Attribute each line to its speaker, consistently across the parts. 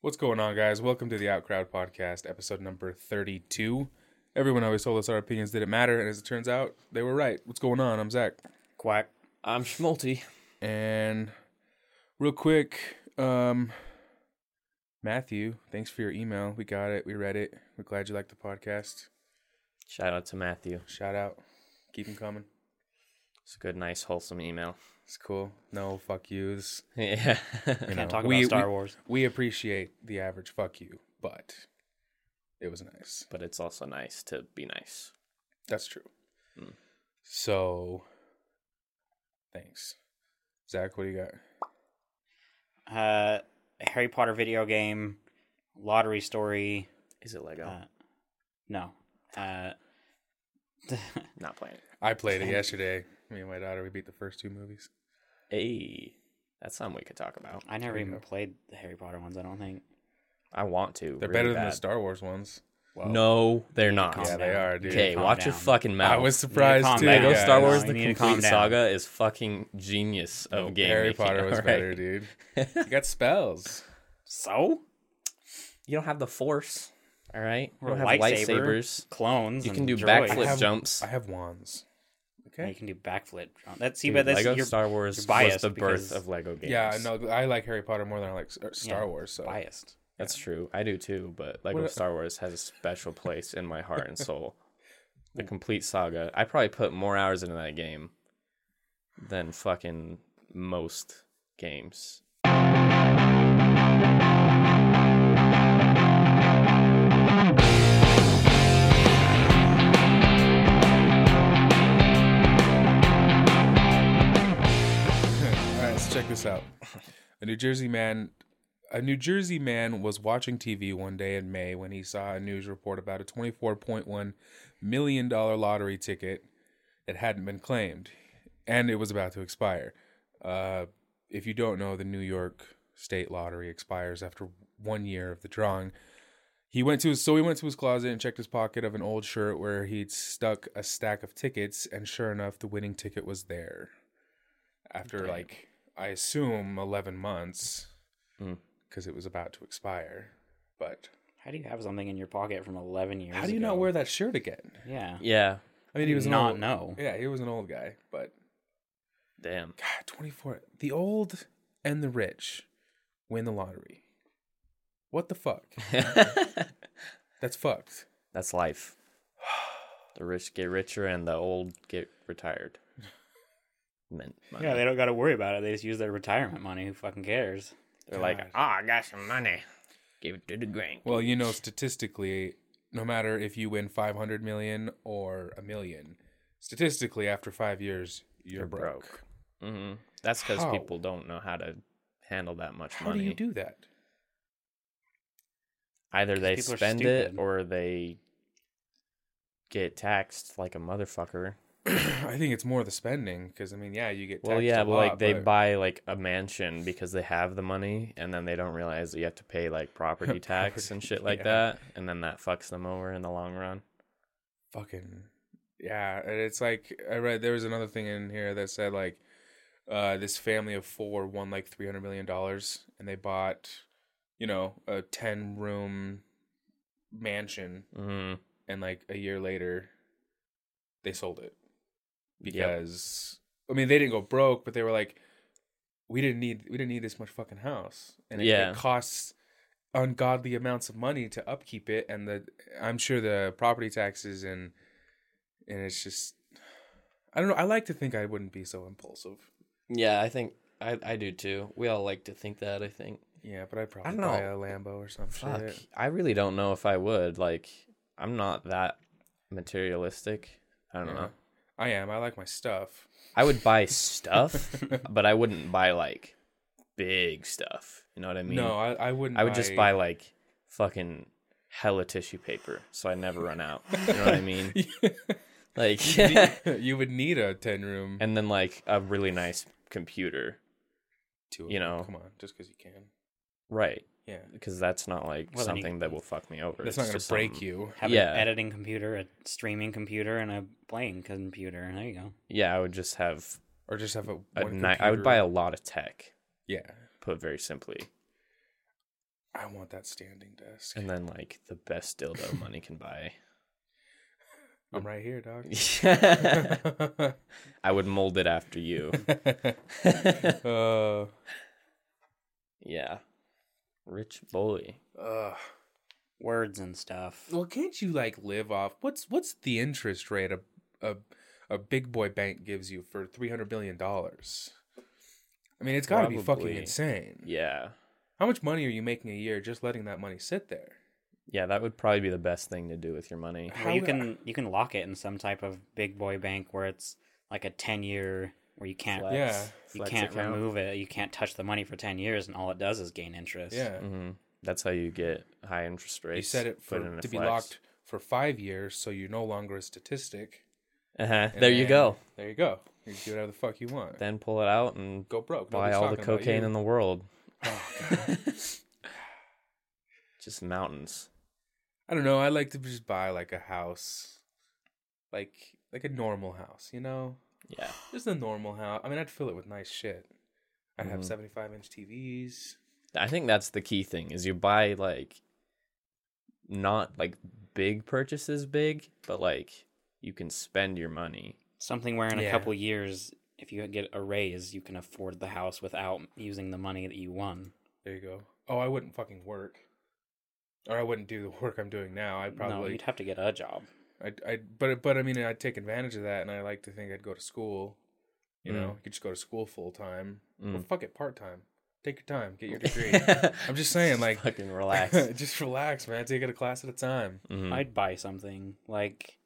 Speaker 1: What's going on, guys? Welcome to the Outcrowd Podcast, episode number 32. Everyone always told us our opinions didn't matter, and as it turns out, they were right. What's going on? I'm Zach.
Speaker 2: Quack. I'm Schmalti.
Speaker 1: And real quick, um, Matthew, thanks for your email. We got it. We read it. We're glad you liked the podcast.
Speaker 2: Shout out to Matthew.
Speaker 1: Shout out. Keep them coming.
Speaker 2: It's a good, nice, wholesome email.
Speaker 1: It's cool. No fuck yous.
Speaker 2: Yeah.
Speaker 1: You know,
Speaker 3: Can't talk
Speaker 1: we-
Speaker 3: about Star
Speaker 1: we-
Speaker 3: Wars.
Speaker 1: We appreciate the average fuck you, but it was nice.
Speaker 2: but it's also nice to be nice.
Speaker 1: That's true.
Speaker 2: Mm.
Speaker 1: So, thanks, Zach. What do you got?
Speaker 3: Uh, Harry Potter video game, lottery story.
Speaker 2: Is it Lego?
Speaker 3: Uh, no. Uh,
Speaker 2: Not playing it.
Speaker 1: I played it yesterday. Me and my daughter, we beat the first two movies.
Speaker 2: Hey, that's something we could talk about.
Speaker 3: I never
Speaker 1: There you
Speaker 3: even
Speaker 1: go.
Speaker 3: played the Harry Potter ones. I don't think.
Speaker 2: I want to.
Speaker 1: They're
Speaker 2: really
Speaker 1: better than
Speaker 2: bad.
Speaker 1: the Star Wars ones.
Speaker 3: Whoa.
Speaker 2: No, they're not.
Speaker 3: Calm
Speaker 1: Yeah, they
Speaker 3: down.
Speaker 1: are, dude.
Speaker 2: okay,
Speaker 3: Calm
Speaker 2: watch your
Speaker 3: down.
Speaker 2: fucking mouth.
Speaker 1: I was
Speaker 3: calm
Speaker 1: surprised too.
Speaker 3: down.
Speaker 2: Lego
Speaker 1: guys.
Speaker 2: Star Wars:
Speaker 3: No,
Speaker 2: The
Speaker 3: you need to
Speaker 2: Complete
Speaker 3: calm down.
Speaker 2: Saga is fucking genius of game.
Speaker 1: Harry
Speaker 2: making,
Speaker 1: Potter was
Speaker 2: alright?
Speaker 1: better, dude. You got spells.
Speaker 3: So
Speaker 2: You don't have the Force, all right? You
Speaker 3: Or
Speaker 2: don't
Speaker 3: a
Speaker 2: have
Speaker 3: lightsaber.
Speaker 2: lightsabers.
Speaker 3: clones.
Speaker 2: You can
Speaker 3: and
Speaker 2: do
Speaker 3: droids.
Speaker 1: I
Speaker 2: backflip
Speaker 1: have-
Speaker 2: jumps.
Speaker 1: I have wands.
Speaker 3: Yeah,
Speaker 1: Okay.
Speaker 3: You can do backflip. That's see,
Speaker 2: Dude,
Speaker 3: but that's
Speaker 2: Lego
Speaker 3: you're
Speaker 2: Star Wars
Speaker 3: you're
Speaker 2: was
Speaker 3: biased
Speaker 2: the
Speaker 3: because-
Speaker 2: birth of Lego games.
Speaker 1: Yeah, no, I like Harry Potter more than I like S- uh, Star
Speaker 3: Yeah,
Speaker 1: Wars. So
Speaker 3: biased.
Speaker 2: That's true. I do too, but Lego
Speaker 1: What-
Speaker 2: Star Wars has a special place in my heart and soul. The complete saga. I probably put more hours into that game than fucking most games.
Speaker 1: All right, let's check this out. A New Jersey man, a New Jersey man was watching TV one day in May when he saw a news report about a 24.1 million dollar lottery ticket that hadn't been claimed, and it was about to expire. Uh, if you don't know, the New York State Lottery expires after one year of the drawing. He went to his, so he went to his closet and checked his pocket of an old shirt where he'd stuck a stack of tickets, and sure enough, the winning ticket was there. After
Speaker 2: Damn.
Speaker 1: like I assume eleven months, Hmm.
Speaker 2: Mm.
Speaker 1: because it was about to expire. But
Speaker 3: How do you have something in your pocket from 11 years?
Speaker 1: how do you
Speaker 3: ago?
Speaker 1: not wear that shirt again?
Speaker 3: Yeah.
Speaker 2: Yeah.
Speaker 1: I mean, he was an
Speaker 3: not
Speaker 1: old,
Speaker 3: know.
Speaker 1: Yeah, he was an old guy, but
Speaker 2: Damn.
Speaker 1: God, 24. The old and the rich win the lottery. What the fuck? That's fucked.
Speaker 2: That's life. The rich get richer and the old get retired. Men- money.
Speaker 3: Yeah, they don't got to worry about it. They just use their retirement money. Who fucking cares?
Speaker 2: They're like,
Speaker 1: God.
Speaker 2: oh, I got some money. Give it to the grand.
Speaker 1: Well, you know, statistically, no matter if you win 500 million or a million, statistically, after five years, you're,
Speaker 2: You're
Speaker 1: broke.
Speaker 2: broke. hmm That's because
Speaker 1: How?
Speaker 2: people don't know how to handle that much
Speaker 1: How
Speaker 2: money.
Speaker 1: do you do that?
Speaker 2: Either they
Speaker 3: people are
Speaker 2: spend it
Speaker 3: stupid.
Speaker 2: or they get taxed like a motherfucker.
Speaker 1: I think it's more the spending because, I mean, yeah, you get taxed
Speaker 2: Well, yeah,
Speaker 1: a
Speaker 2: but like
Speaker 1: lot,
Speaker 2: they
Speaker 1: but
Speaker 2: buy like a mansion because they have the money, and then they don't realize that you have to pay like property tax and
Speaker 1: Property,
Speaker 2: shit like
Speaker 1: yeah.
Speaker 2: that, and then that fucks them over in the long run.
Speaker 1: fucking yeah and it's like i read there was another thing in here that said like uh this family of four won like 300 million dollars and they bought you know a 10 room mansion
Speaker 2: Mm,
Speaker 1: and like a year later they sold it
Speaker 2: Yep.
Speaker 1: because i mean they didn't go broke but they were like we didn't need we didn't need this much fucking house and it,
Speaker 2: Yeah.
Speaker 1: it costs ungodly amounts of money to upkeep it and the i'm sure the property taxes and and it's just i don't know i like to think i wouldn't be so impulsive
Speaker 2: Yeah, I think I I do too. We all like to think that. I think.
Speaker 1: yeah but i'd probably
Speaker 2: don't
Speaker 1: buy
Speaker 2: know.
Speaker 1: a lambo or some
Speaker 2: Fuck,
Speaker 1: shit
Speaker 2: I really don't know if I would. Like, I'm not that materialistic. I don't
Speaker 1: Yeah.
Speaker 2: know.
Speaker 1: i am i like my stuff
Speaker 2: I would buy stuff, but I wouldn't buy like big stuff. You know what I mean?
Speaker 1: no i, I wouldn't
Speaker 2: I would just buy like fucking hella tissue paper so I never run out. You know what I mean? Like,
Speaker 1: you would need a 10 room
Speaker 2: and then like a really nice computer.
Speaker 1: to
Speaker 2: you know.
Speaker 1: come on just because you can
Speaker 2: Right.
Speaker 1: yeah
Speaker 2: Because that's not like
Speaker 3: Well, then you-
Speaker 2: something that will fuck me over.
Speaker 1: that's
Speaker 2: It's
Speaker 1: not gonna
Speaker 2: just
Speaker 1: break
Speaker 2: something-
Speaker 1: you
Speaker 3: Have
Speaker 2: Yeah.
Speaker 3: an editing computer, a streaming computer, and a playing computer. There you go.
Speaker 2: Yeah, I would just have
Speaker 1: or just have a,
Speaker 2: a
Speaker 1: one
Speaker 2: ni- I
Speaker 1: computer.
Speaker 2: would buy a lot of tech,
Speaker 1: yeah
Speaker 2: put very simply.
Speaker 1: I want that standing desk.
Speaker 2: and then like the best dildo money can buy.
Speaker 1: I'm right here, dog.
Speaker 2: I would mold it after you.
Speaker 1: uh,
Speaker 2: yeah. Rich boy.
Speaker 1: uh,
Speaker 3: Words and stuff.
Speaker 1: well, can't you like live off what's what's the interest rate a a, a big boy bank gives you for three hundred billion dollars? I mean, it's got to be fucking
Speaker 2: Probably.
Speaker 1: insane.
Speaker 2: Yeah.
Speaker 1: How much money are you making a year just letting that money sit there?
Speaker 2: Yeah, that would probably be the best thing to do with your money.
Speaker 3: Or
Speaker 1: How
Speaker 3: you
Speaker 1: the-
Speaker 3: can you can lock it in some type of big boy bank where it's like a ten year where you can't
Speaker 2: Flex.
Speaker 1: Yeah.
Speaker 3: you
Speaker 2: Flex
Speaker 3: can't
Speaker 2: account.
Speaker 3: remove it. You can't touch the money for ten years, and all it does is gain interest.
Speaker 1: Yeah,
Speaker 2: hmm That's how you get high interest rates.
Speaker 1: you set it for
Speaker 2: put in a
Speaker 1: to be
Speaker 2: flex.
Speaker 1: locked for five years, so you're no longer a statistic.
Speaker 2: Uh-huh.
Speaker 1: and
Speaker 2: There you
Speaker 1: then-
Speaker 2: go.
Speaker 1: There you go. You can do whatever the fuck you want.
Speaker 2: Then pull it out and
Speaker 1: go broke.
Speaker 2: buy
Speaker 1: Nobody's
Speaker 2: all the
Speaker 1: talking about
Speaker 2: cocaine
Speaker 1: you.
Speaker 2: in the world.
Speaker 1: Oh,
Speaker 2: Just mountains.
Speaker 1: I don't know. I like to just buy like a house, like like a normal house. You know,
Speaker 2: Yeah.
Speaker 1: just a normal house. I mean, I'd fill it with nice shit. I'd have
Speaker 2: Mhm.
Speaker 1: seventy-five inch TVs.
Speaker 2: I think that's the key thing is you buy like not like big purchases big, but like you can spend your money.
Speaker 3: Something where in a
Speaker 1: Yeah.
Speaker 3: couple years, if you get a raise, you can afford the house without using the money that you won.
Speaker 1: There you go. Oh, I wouldn't fucking work, or I wouldn't do the work I'm doing now. I'd
Speaker 3: No,
Speaker 1: probably,
Speaker 3: you'd have to get a job.
Speaker 1: I'd, I'd, but but I mean, I'd take advantage of that, and I like to think I'd go to school. You
Speaker 2: Mm.
Speaker 1: know, you could just go to school full time. Or
Speaker 2: Mm.
Speaker 1: fuck it, part time. Take your time, get your degree. I'm just saying, like,
Speaker 2: fucking relax.
Speaker 1: just relax, man. Take it a class at a time.
Speaker 2: Mhm.
Speaker 3: I'd buy something like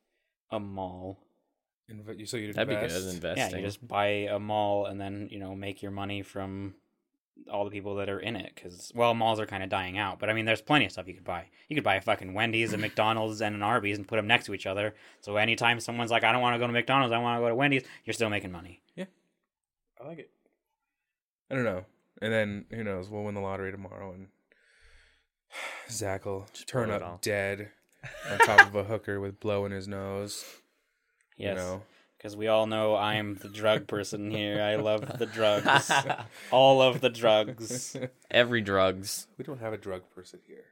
Speaker 3: a mall.
Speaker 1: Inve- you- so you'd
Speaker 2: That'd be good
Speaker 1: invest.
Speaker 2: as
Speaker 3: Yeah,
Speaker 2: investing.
Speaker 3: you just buy a mall and then you know make your money from all the people that are in it. Because well, malls are kind of dying out, but I mean, there's plenty of stuff you could buy. You could buy a fucking Wendy's, a McDonald's, and an Arby's, and put them next to each other. So anytime someone's like, "I don't want to go to McDonald's, I want to go to Wendy's," you're still making money.
Speaker 1: I like it. I don't know. And then who knows? We'll win the lottery tomorrow, and Zach will turn
Speaker 2: blow it
Speaker 1: up
Speaker 2: all.
Speaker 1: dead on top of a hooker with blow in his nose. You
Speaker 3: Yes,
Speaker 1: know,
Speaker 3: because we all know I'm the drug person here. I love the drugs, all of the drugs.
Speaker 2: Every drugs.
Speaker 1: we don't have a drug person here.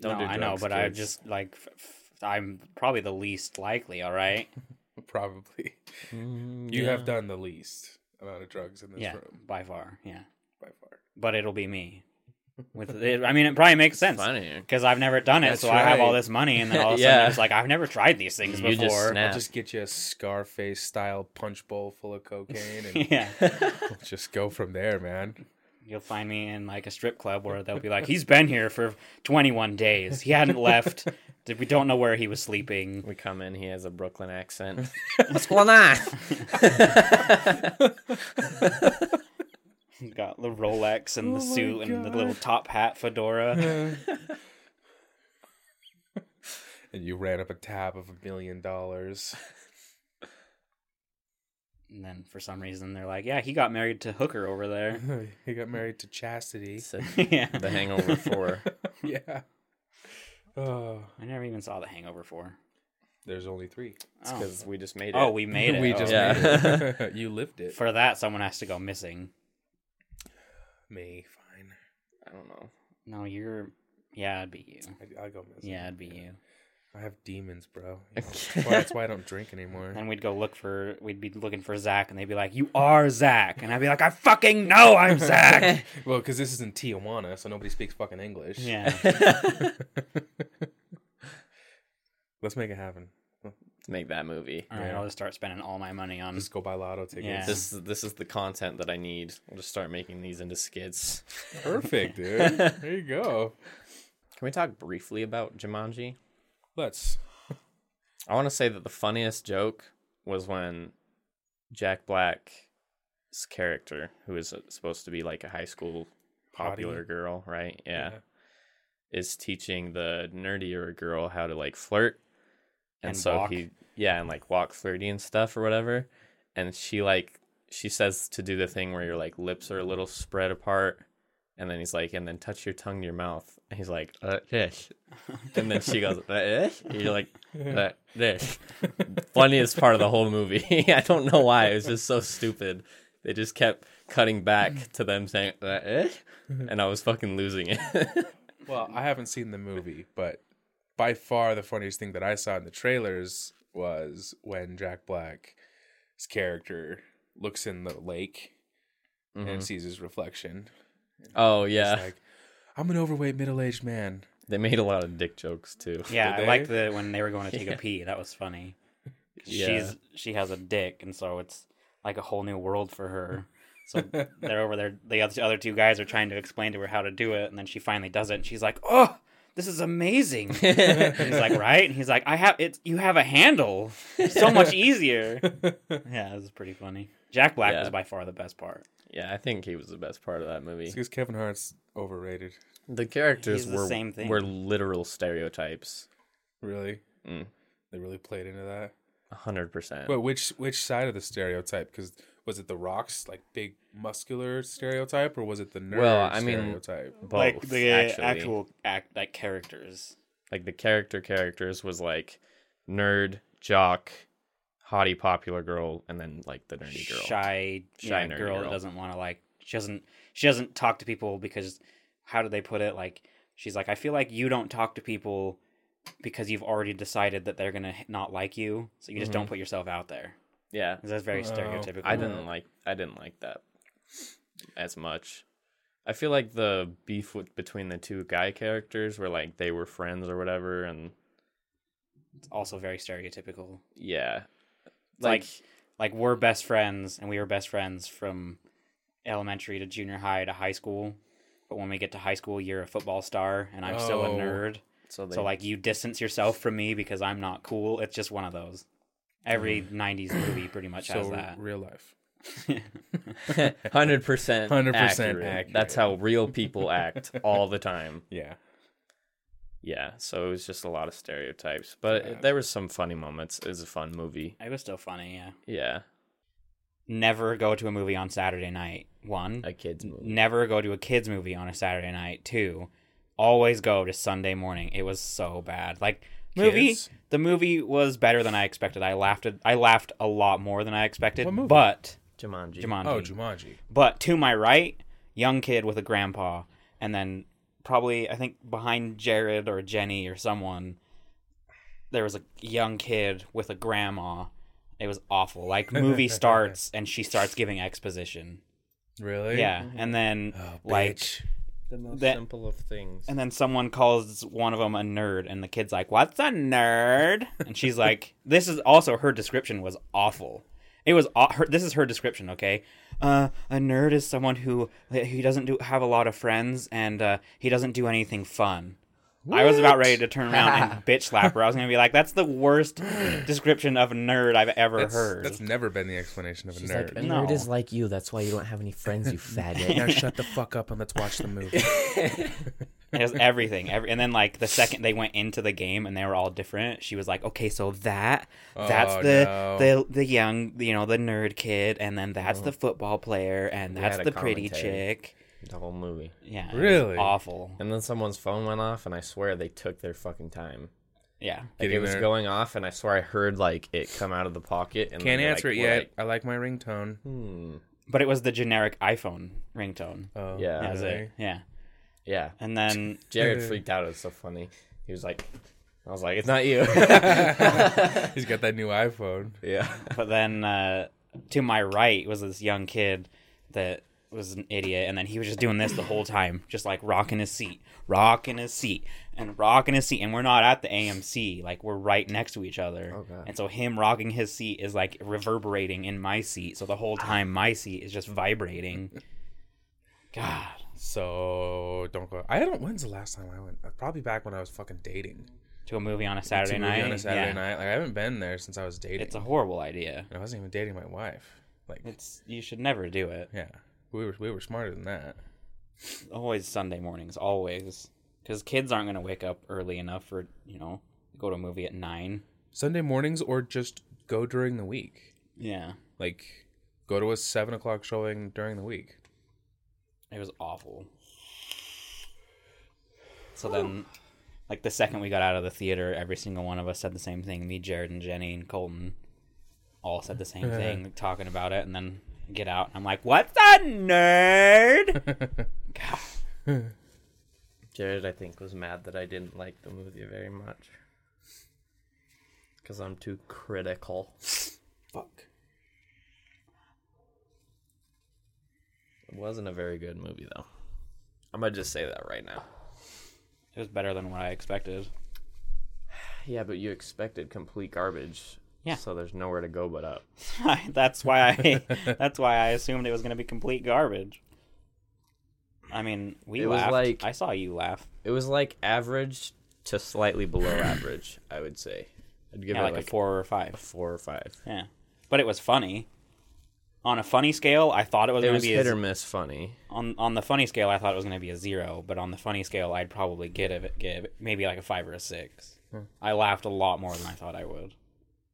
Speaker 2: Don't
Speaker 3: no,
Speaker 2: do
Speaker 3: I know,
Speaker 2: drugs,
Speaker 3: but I
Speaker 2: kids.
Speaker 3: just like f- f- I'm probably the least likely. All right.
Speaker 1: Probably, you have done the least amount of drugs in this
Speaker 3: yeah,
Speaker 1: room
Speaker 3: by far. Yeah.
Speaker 1: by far.
Speaker 3: but it'll be me. With it, I mean, it probably makes sense
Speaker 2: Funny.
Speaker 3: because I've never done it,
Speaker 1: That's
Speaker 3: so I have all
Speaker 1: right.
Speaker 3: this money, and then all of a
Speaker 2: Yeah.
Speaker 3: sudden it's like I've never tried these things
Speaker 2: You just
Speaker 3: before.
Speaker 2: snap. Yeah.
Speaker 1: Just get you a Scarface style punch bowl full of cocaine, and
Speaker 3: yeah,
Speaker 1: we'll just go from there, man.
Speaker 3: you'll find me in like a strip club where they'll be like, "He's been here for 21 days. He hadn't left. We don't know where he was sleeping."
Speaker 2: We come in, he has a Brooklyn accent. What's going on?
Speaker 3: Got the Rolex and the
Speaker 1: Oh my
Speaker 3: suit and the
Speaker 1: God.
Speaker 3: little top hat, fedora.
Speaker 1: and you ran up a tab of a million dollars.
Speaker 3: and then for some reason they're like, "Yeah, he got married to Hooker over there."
Speaker 1: he got married to Chastity.
Speaker 2: It's a-
Speaker 3: yeah,
Speaker 2: the Hangover 4.
Speaker 1: yeah. Oh,
Speaker 3: I never even saw the Hangover Four.
Speaker 1: there's only three.
Speaker 2: It's
Speaker 3: Oh.
Speaker 2: because we just made it.
Speaker 3: oh, we made it.
Speaker 1: we
Speaker 3: Oh.
Speaker 1: just
Speaker 2: Yeah.
Speaker 1: made it. you lived it.
Speaker 3: For that, someone has to go missing.
Speaker 1: Me, fine.
Speaker 2: I don't know.
Speaker 3: No, you're. Yeah, it'd be you.
Speaker 1: I, I'll go missing.
Speaker 3: Yeah, it'd be you.
Speaker 1: I have demons, bro. You know, that's, why, that's why I don't drink anymore.
Speaker 3: Then we'd go look for. We'd be looking for Zach, and they'd be like, "You are Zach," and I'd be like, "I fucking know I'm Zach."
Speaker 1: well, because this is in Tijuana, so nobody speaks fucking English.
Speaker 3: yeah,
Speaker 1: Let's make it happen.
Speaker 2: Let's make that movie.
Speaker 3: all right. I'll just start spending all my money on.
Speaker 1: Just go buy lotto tickets.
Speaker 3: Yeah.
Speaker 2: Um, This this is the content that I need. I'll just start making these into skits.
Speaker 1: Perfect, dude. there you go.
Speaker 2: Can we talk briefly about Jumanji?
Speaker 1: Let's.
Speaker 2: I want to say that the funniest joke was when Jack Black's character, who is supposed to be like a high school popular
Speaker 1: Hottie.
Speaker 2: girl, right? Yeah, is teaching the nerdier girl how to like flirt, and,
Speaker 3: And
Speaker 2: so
Speaker 3: walk.
Speaker 2: he, yeah, and like walk flirty and stuff or whatever, and she like she says to do the thing where your like lips are a little spread apart. And then he's like, and then touch your tongue to your mouth. And he's like, uh, yes. And then she goes, uh, yes. And you're like, uh, this. Funniest part of the whole movie. I don't know why. It was just so stupid. They just kept cutting back to them saying, uh, eh? and I was fucking losing it.
Speaker 1: Well, I haven't seen the movie, but by far the funniest thing that I saw in the trailers was when Jack Black's character looks in the lake and
Speaker 3: Mm-hmm.
Speaker 2: Mhm.
Speaker 1: sees his reflection.
Speaker 2: Oh
Speaker 1: It's
Speaker 2: yeah,
Speaker 1: like, I'm an overweight middle aged man.
Speaker 2: they made a lot of dick jokes too.
Speaker 3: Yeah,
Speaker 1: Did
Speaker 3: I like
Speaker 1: they?
Speaker 3: the when they were going to take
Speaker 2: Yeah.
Speaker 3: a pee. That was funny. 'Cause
Speaker 2: Yeah.
Speaker 3: She's she has a dick, and so it's like a whole new world for her. So they're over there. The oth- other two guys are trying to explain to her how to do it, and then she finally does it, and she's like, "Oh, this is amazing." and he's like, "Right?" And he's like, "I have it. You have a handle. It's so much easier." Yeah, this is pretty funny. Jack Black
Speaker 2: Yeah.
Speaker 3: was by far the best part.
Speaker 2: Yeah, I think he was the best part of that movie.
Speaker 1: Because Kevin Hart's overrated,
Speaker 2: The characters
Speaker 3: He's the
Speaker 2: were
Speaker 3: same thing.
Speaker 2: were literal stereotypes.
Speaker 1: really.
Speaker 2: Mm.
Speaker 1: They really played into that.
Speaker 2: a hundred percent.
Speaker 1: But which which side of the stereotype? Because was it the rocks, like big muscular stereotype, or was it the nerd
Speaker 2: Well, I mean-
Speaker 1: stereotype?
Speaker 2: Both
Speaker 3: like the
Speaker 2: actually.
Speaker 3: actual act like characters.
Speaker 2: like the character characters was like nerd, jock, hottie popular girl, and then like the nerdy girl.
Speaker 3: shy,
Speaker 2: Shy
Speaker 3: yeah,
Speaker 2: nerdy
Speaker 3: girl,
Speaker 2: girl.
Speaker 3: that doesn't want to like she doesn't she doesn't talk to people because how do they put it like she's like I feel like you don't talk to people because you've already decided that they're gonna not like you so you just don't put yourself out there
Speaker 2: Yeah,
Speaker 3: 'Cause that's very
Speaker 1: Oh,
Speaker 3: stereotypical.
Speaker 2: Mm-hmm. I didn't like I didn't like that as much. I feel like the beef with, between the two guy characters were like they were friends or whatever, and
Speaker 3: It's also very stereotypical.
Speaker 2: yeah,
Speaker 3: like- Like we're best friends and we were best friends from elementary to junior high to high school. But when we get to high school, you're a football star and I'm still a
Speaker 1: Oh.
Speaker 3: nerd.
Speaker 2: so they
Speaker 3: So like you distance yourself from me because I'm not cool. It's just one of those. Every '90s movie pretty much has
Speaker 1: Mm. So
Speaker 3: that.
Speaker 1: real life.
Speaker 2: hundred percent,
Speaker 1: 100%
Speaker 2: accurate.
Speaker 1: accurate.
Speaker 2: That's how real people act all the time.
Speaker 1: Yeah.
Speaker 2: Yeah, so it was just a lot of stereotypes, but it- there was some funny moments. It was a fun movie.
Speaker 3: It was still funny. Yeah.
Speaker 2: Yeah,
Speaker 3: Never go to a movie on Saturday night. One.
Speaker 2: a kids movie.
Speaker 3: Never go to a kids movie on a Saturday night. Two. Always go to Sunday morning. It was so bad. Like movie.
Speaker 1: Kids?
Speaker 3: The movie was better than I expected. I laughed. At, I laughed a lot more than I expected.
Speaker 1: What movie?
Speaker 3: But
Speaker 2: Jumanji.
Speaker 3: Jumanji.
Speaker 1: Oh, Jumanji.
Speaker 3: But to my right, young kid with a grandpa, and then probably I think behind Jared or Jenny or someone, there was a young kid with a grandma. It was awful. Like movie starts and she starts giving exposition.
Speaker 1: Really?
Speaker 3: Yeah, and then
Speaker 1: Oh,
Speaker 3: like
Speaker 1: bitch.
Speaker 2: The most
Speaker 3: That-
Speaker 2: simple of things.
Speaker 3: and then someone calls one of them a nerd and the kid's like, "What's a nerd?" And she's like, "This is also her description was awful. It was aw- her, this is her description, okay? Uh, a nerd is someone who he doesn't do have a lot of friends and uh, he doesn't do anything fun." I was about ready to turn around and bitch slap her. I was going to be like, "That's the worst description of a nerd I've ever heard."
Speaker 1: That's never been the explanation of a nerd.
Speaker 3: "A nerd is
Speaker 4: like you. That's why you don't have any friends, you faggot.
Speaker 1: now shut the fuck up and let's watch the movie.
Speaker 3: It has everything. Every, and then like the second they went into the game and they were all different, she was like, "Okay, so that that's
Speaker 1: Oh,
Speaker 3: the
Speaker 1: no. Oh.
Speaker 3: the the young, you know, the nerd kid, and then that's the football player, and that's
Speaker 2: had a
Speaker 3: the pretty
Speaker 2: commentary.
Speaker 3: chick."
Speaker 2: the whole movie.
Speaker 3: Yeah, it was
Speaker 1: Really?
Speaker 3: awful.
Speaker 2: And then someone's phone went off, and I swear they took their fucking time.
Speaker 3: Yeah,
Speaker 2: Like, it
Speaker 1: Getting
Speaker 2: was
Speaker 1: there.
Speaker 2: going off, and I swear I heard like it come out of the pocket. And
Speaker 1: Can't
Speaker 2: then they,
Speaker 1: answer
Speaker 2: like,
Speaker 1: it
Speaker 2: were
Speaker 1: yet.
Speaker 2: like,
Speaker 1: I like my ringtone.
Speaker 2: hmm.
Speaker 3: but it was the generic iPhone ringtone.
Speaker 1: Oh,
Speaker 2: Yeah.
Speaker 3: That was it.
Speaker 1: really?
Speaker 3: Yeah,
Speaker 2: Yeah.
Speaker 3: and then
Speaker 2: Jared freaked out. It was so funny. He was like, I was like, it's not you.
Speaker 1: He's got that new iPhone.
Speaker 2: yeah.
Speaker 3: but then uh, to my right was this young kid that was an idiot, and then he was just doing this the whole time, just like rocking his seat, rocking his seat, and rocking his seat. And we're not at the AMC, like we're right next to each other.
Speaker 2: God.
Speaker 3: and so him rocking his seat is like reverberating in my seat. So the whole time my seat is just vibrating. God,
Speaker 1: So don't go. I don't. When's the last time I went? Uh, Probably back when I was fucking dating.
Speaker 3: to a movie on a Saturday
Speaker 1: To a
Speaker 3: night.
Speaker 1: movie on a Saturday
Speaker 3: yeah.
Speaker 1: night. Like I haven't been there since I was dating.
Speaker 3: It's a horrible idea.
Speaker 1: I wasn't even dating my wife. Like
Speaker 2: Mm.
Speaker 3: It's you should never do it.
Speaker 1: yeah, we were we were smarter than that.
Speaker 3: always Sunday mornings, always, because kids aren't gonna wake up early enough for you know go to a movie at nine.
Speaker 1: Sunday mornings or just go during the week.
Speaker 3: Yeah,
Speaker 1: Like go to a seven o'clock showing during the week.
Speaker 3: it was awful. So then, like the second we got out of the theater, every single one of us said the same thing. Me, Jared, and Jenny, and Colton all said the same thing, talking about it, and then get out. And I'm like, "What's a nerd?" God.
Speaker 2: Jared, I think, was mad that I didn't like the movie very much. Because I'm too critical.
Speaker 3: Fuck.
Speaker 2: It wasn't a very good movie, though. I'm going to just say that right now.
Speaker 3: It was better than what I expected.
Speaker 2: Yeah, but you expected complete garbage.
Speaker 3: Yeah.
Speaker 2: So there's nowhere to go but up.
Speaker 3: that's why I. that's why I assumed it was going to be complete garbage. I mean, we
Speaker 2: It was
Speaker 3: laughed.
Speaker 2: like-
Speaker 3: I saw you laugh.
Speaker 2: It was like average to slightly below average, I would say. I'd give
Speaker 3: Yeah,
Speaker 2: it
Speaker 3: like, a four or a
Speaker 2: a
Speaker 3: five.
Speaker 2: four or five.
Speaker 3: Yeah, but it was funny. On a funny scale, I thought it was
Speaker 2: It
Speaker 3: going to
Speaker 2: was
Speaker 3: be
Speaker 2: hit
Speaker 3: a,
Speaker 2: or miss funny.
Speaker 3: on on the funny scale. I thought it was going to be a zero, but on the funny scale, I'd probably give it give it maybe like a five or a six.
Speaker 2: Hmm.
Speaker 3: I laughed a lot more than I thought I would,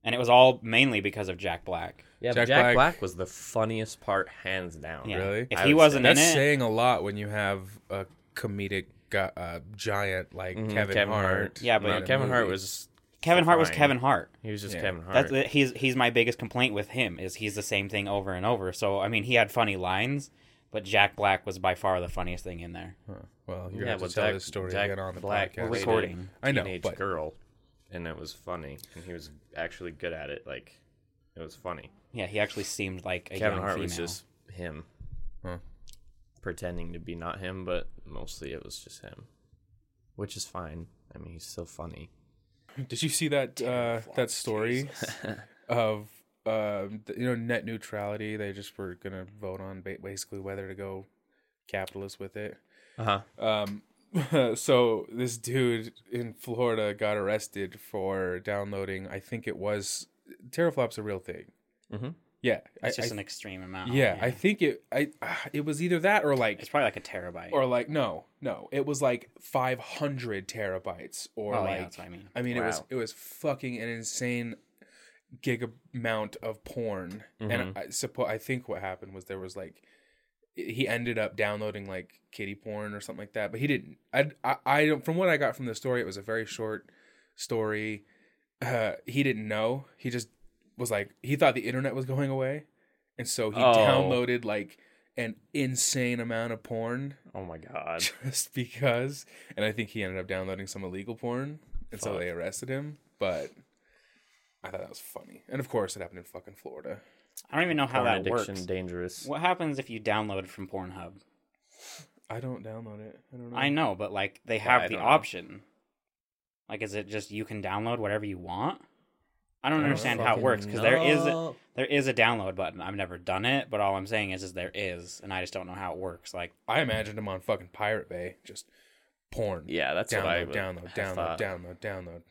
Speaker 3: and it was all mainly because of Jack Black.
Speaker 2: Yeah,
Speaker 1: Jack
Speaker 2: but Jack
Speaker 1: Black-
Speaker 2: Black. was the funniest part, hands down.
Speaker 3: Yeah.
Speaker 1: Really?
Speaker 3: If
Speaker 2: I
Speaker 3: he
Speaker 2: would
Speaker 3: wasn't in
Speaker 1: That's
Speaker 3: it,
Speaker 1: saying a lot when you have a comedic gu- uh, giant like Kevin,
Speaker 2: Mm-hmm. Kevin
Speaker 1: Hart.
Speaker 2: Hart.
Speaker 3: Yeah, but
Speaker 1: in
Speaker 2: No,
Speaker 1: a
Speaker 2: Kevin Hart
Speaker 1: movie.
Speaker 2: was
Speaker 3: Kevin Hart was
Speaker 2: fine.
Speaker 3: Kevin Hart.
Speaker 2: he was just
Speaker 1: Yeah.
Speaker 2: Kevin Hart.
Speaker 3: That's he's he's my biggest complaint with him is he's the same thing over and over. So I mean, he had funny lines, but Jack Black was by far the funniest thing in there.
Speaker 1: Well, you're
Speaker 2: Yeah,
Speaker 1: going
Speaker 2: well,
Speaker 1: to tell
Speaker 2: Jack-
Speaker 1: this story
Speaker 2: Jack
Speaker 1: again on the
Speaker 2: Black
Speaker 1: podcast.
Speaker 2: was-
Speaker 3: Recording.
Speaker 1: I know,
Speaker 2: teenage
Speaker 1: but-
Speaker 2: girl, and it was funny, and he was actually good at it. Like, it was funny.
Speaker 3: Yeah, he actually seemed like a
Speaker 2: Kevin
Speaker 3: young
Speaker 2: Hart
Speaker 3: female.
Speaker 2: was just him,
Speaker 1: Huh.
Speaker 2: pretending to be not him, but mostly it was just him, which is fine. I mean, he's still funny.
Speaker 1: Did you see that uh, that story of um, th- you know net neutrality? They just were going to vote on ba- basically whether to go capitalist with it.
Speaker 2: Uh
Speaker 3: Uh-huh.
Speaker 2: huh.
Speaker 1: Um, so this dude in Florida got arrested for downloading. I think it was teraflop's a real thing.
Speaker 2: Mhm.
Speaker 1: Yeah, I,
Speaker 3: Mm-hmm. It's just
Speaker 1: I-
Speaker 3: an extreme amount.
Speaker 1: yeah, I think it. I ah, it was either that or like
Speaker 3: it's probably like a terabyte.
Speaker 1: or like no no it was like 500 terabytes or
Speaker 3: Oh, yeah,
Speaker 1: like
Speaker 3: that's what I mean.
Speaker 1: I mean it was
Speaker 2: Wow.
Speaker 1: it was fucking an insane gig amount of porn
Speaker 2: Mm-hmm.
Speaker 1: and I suppose I think what happened was there was like he ended up downloading like kitty porn or something like that but he didn't I I, I don't from what I got from the story it was a very short story uh he didn't know he just was like he thought the internet was going away and so he
Speaker 2: Oh.
Speaker 1: downloaded like an insane amount of porn
Speaker 2: Oh my god.
Speaker 1: just because. And I think he ended up downloading some illegal porn, and so
Speaker 2: Fuck.
Speaker 1: they arrested him. But I thought that was funny, and of course, it happened in fucking Florida.
Speaker 3: I don't even know how
Speaker 2: Porn
Speaker 3: that
Speaker 2: addiction
Speaker 3: works.
Speaker 2: dangerous.
Speaker 3: What happens if you download from Pornhub?
Speaker 1: I don't download it. I don't know.
Speaker 3: I know, but like they
Speaker 2: Hmm. Yeah,
Speaker 3: have
Speaker 2: I
Speaker 3: the
Speaker 2: don't know.
Speaker 3: option. Like, is it just you can download whatever you want? I don't
Speaker 1: don't
Speaker 3: understand how it works because there is
Speaker 2: know.
Speaker 3: there is a download button. I've never done it, but all I'm saying is, is there is, and I just don't know how it works. Like,
Speaker 1: I imagined him on fucking Pirate Bay, just porn.
Speaker 2: Yeah, that's what I
Speaker 1: download,
Speaker 2: would
Speaker 1: download,
Speaker 2: have
Speaker 1: download,
Speaker 2: thought.
Speaker 1: download, download.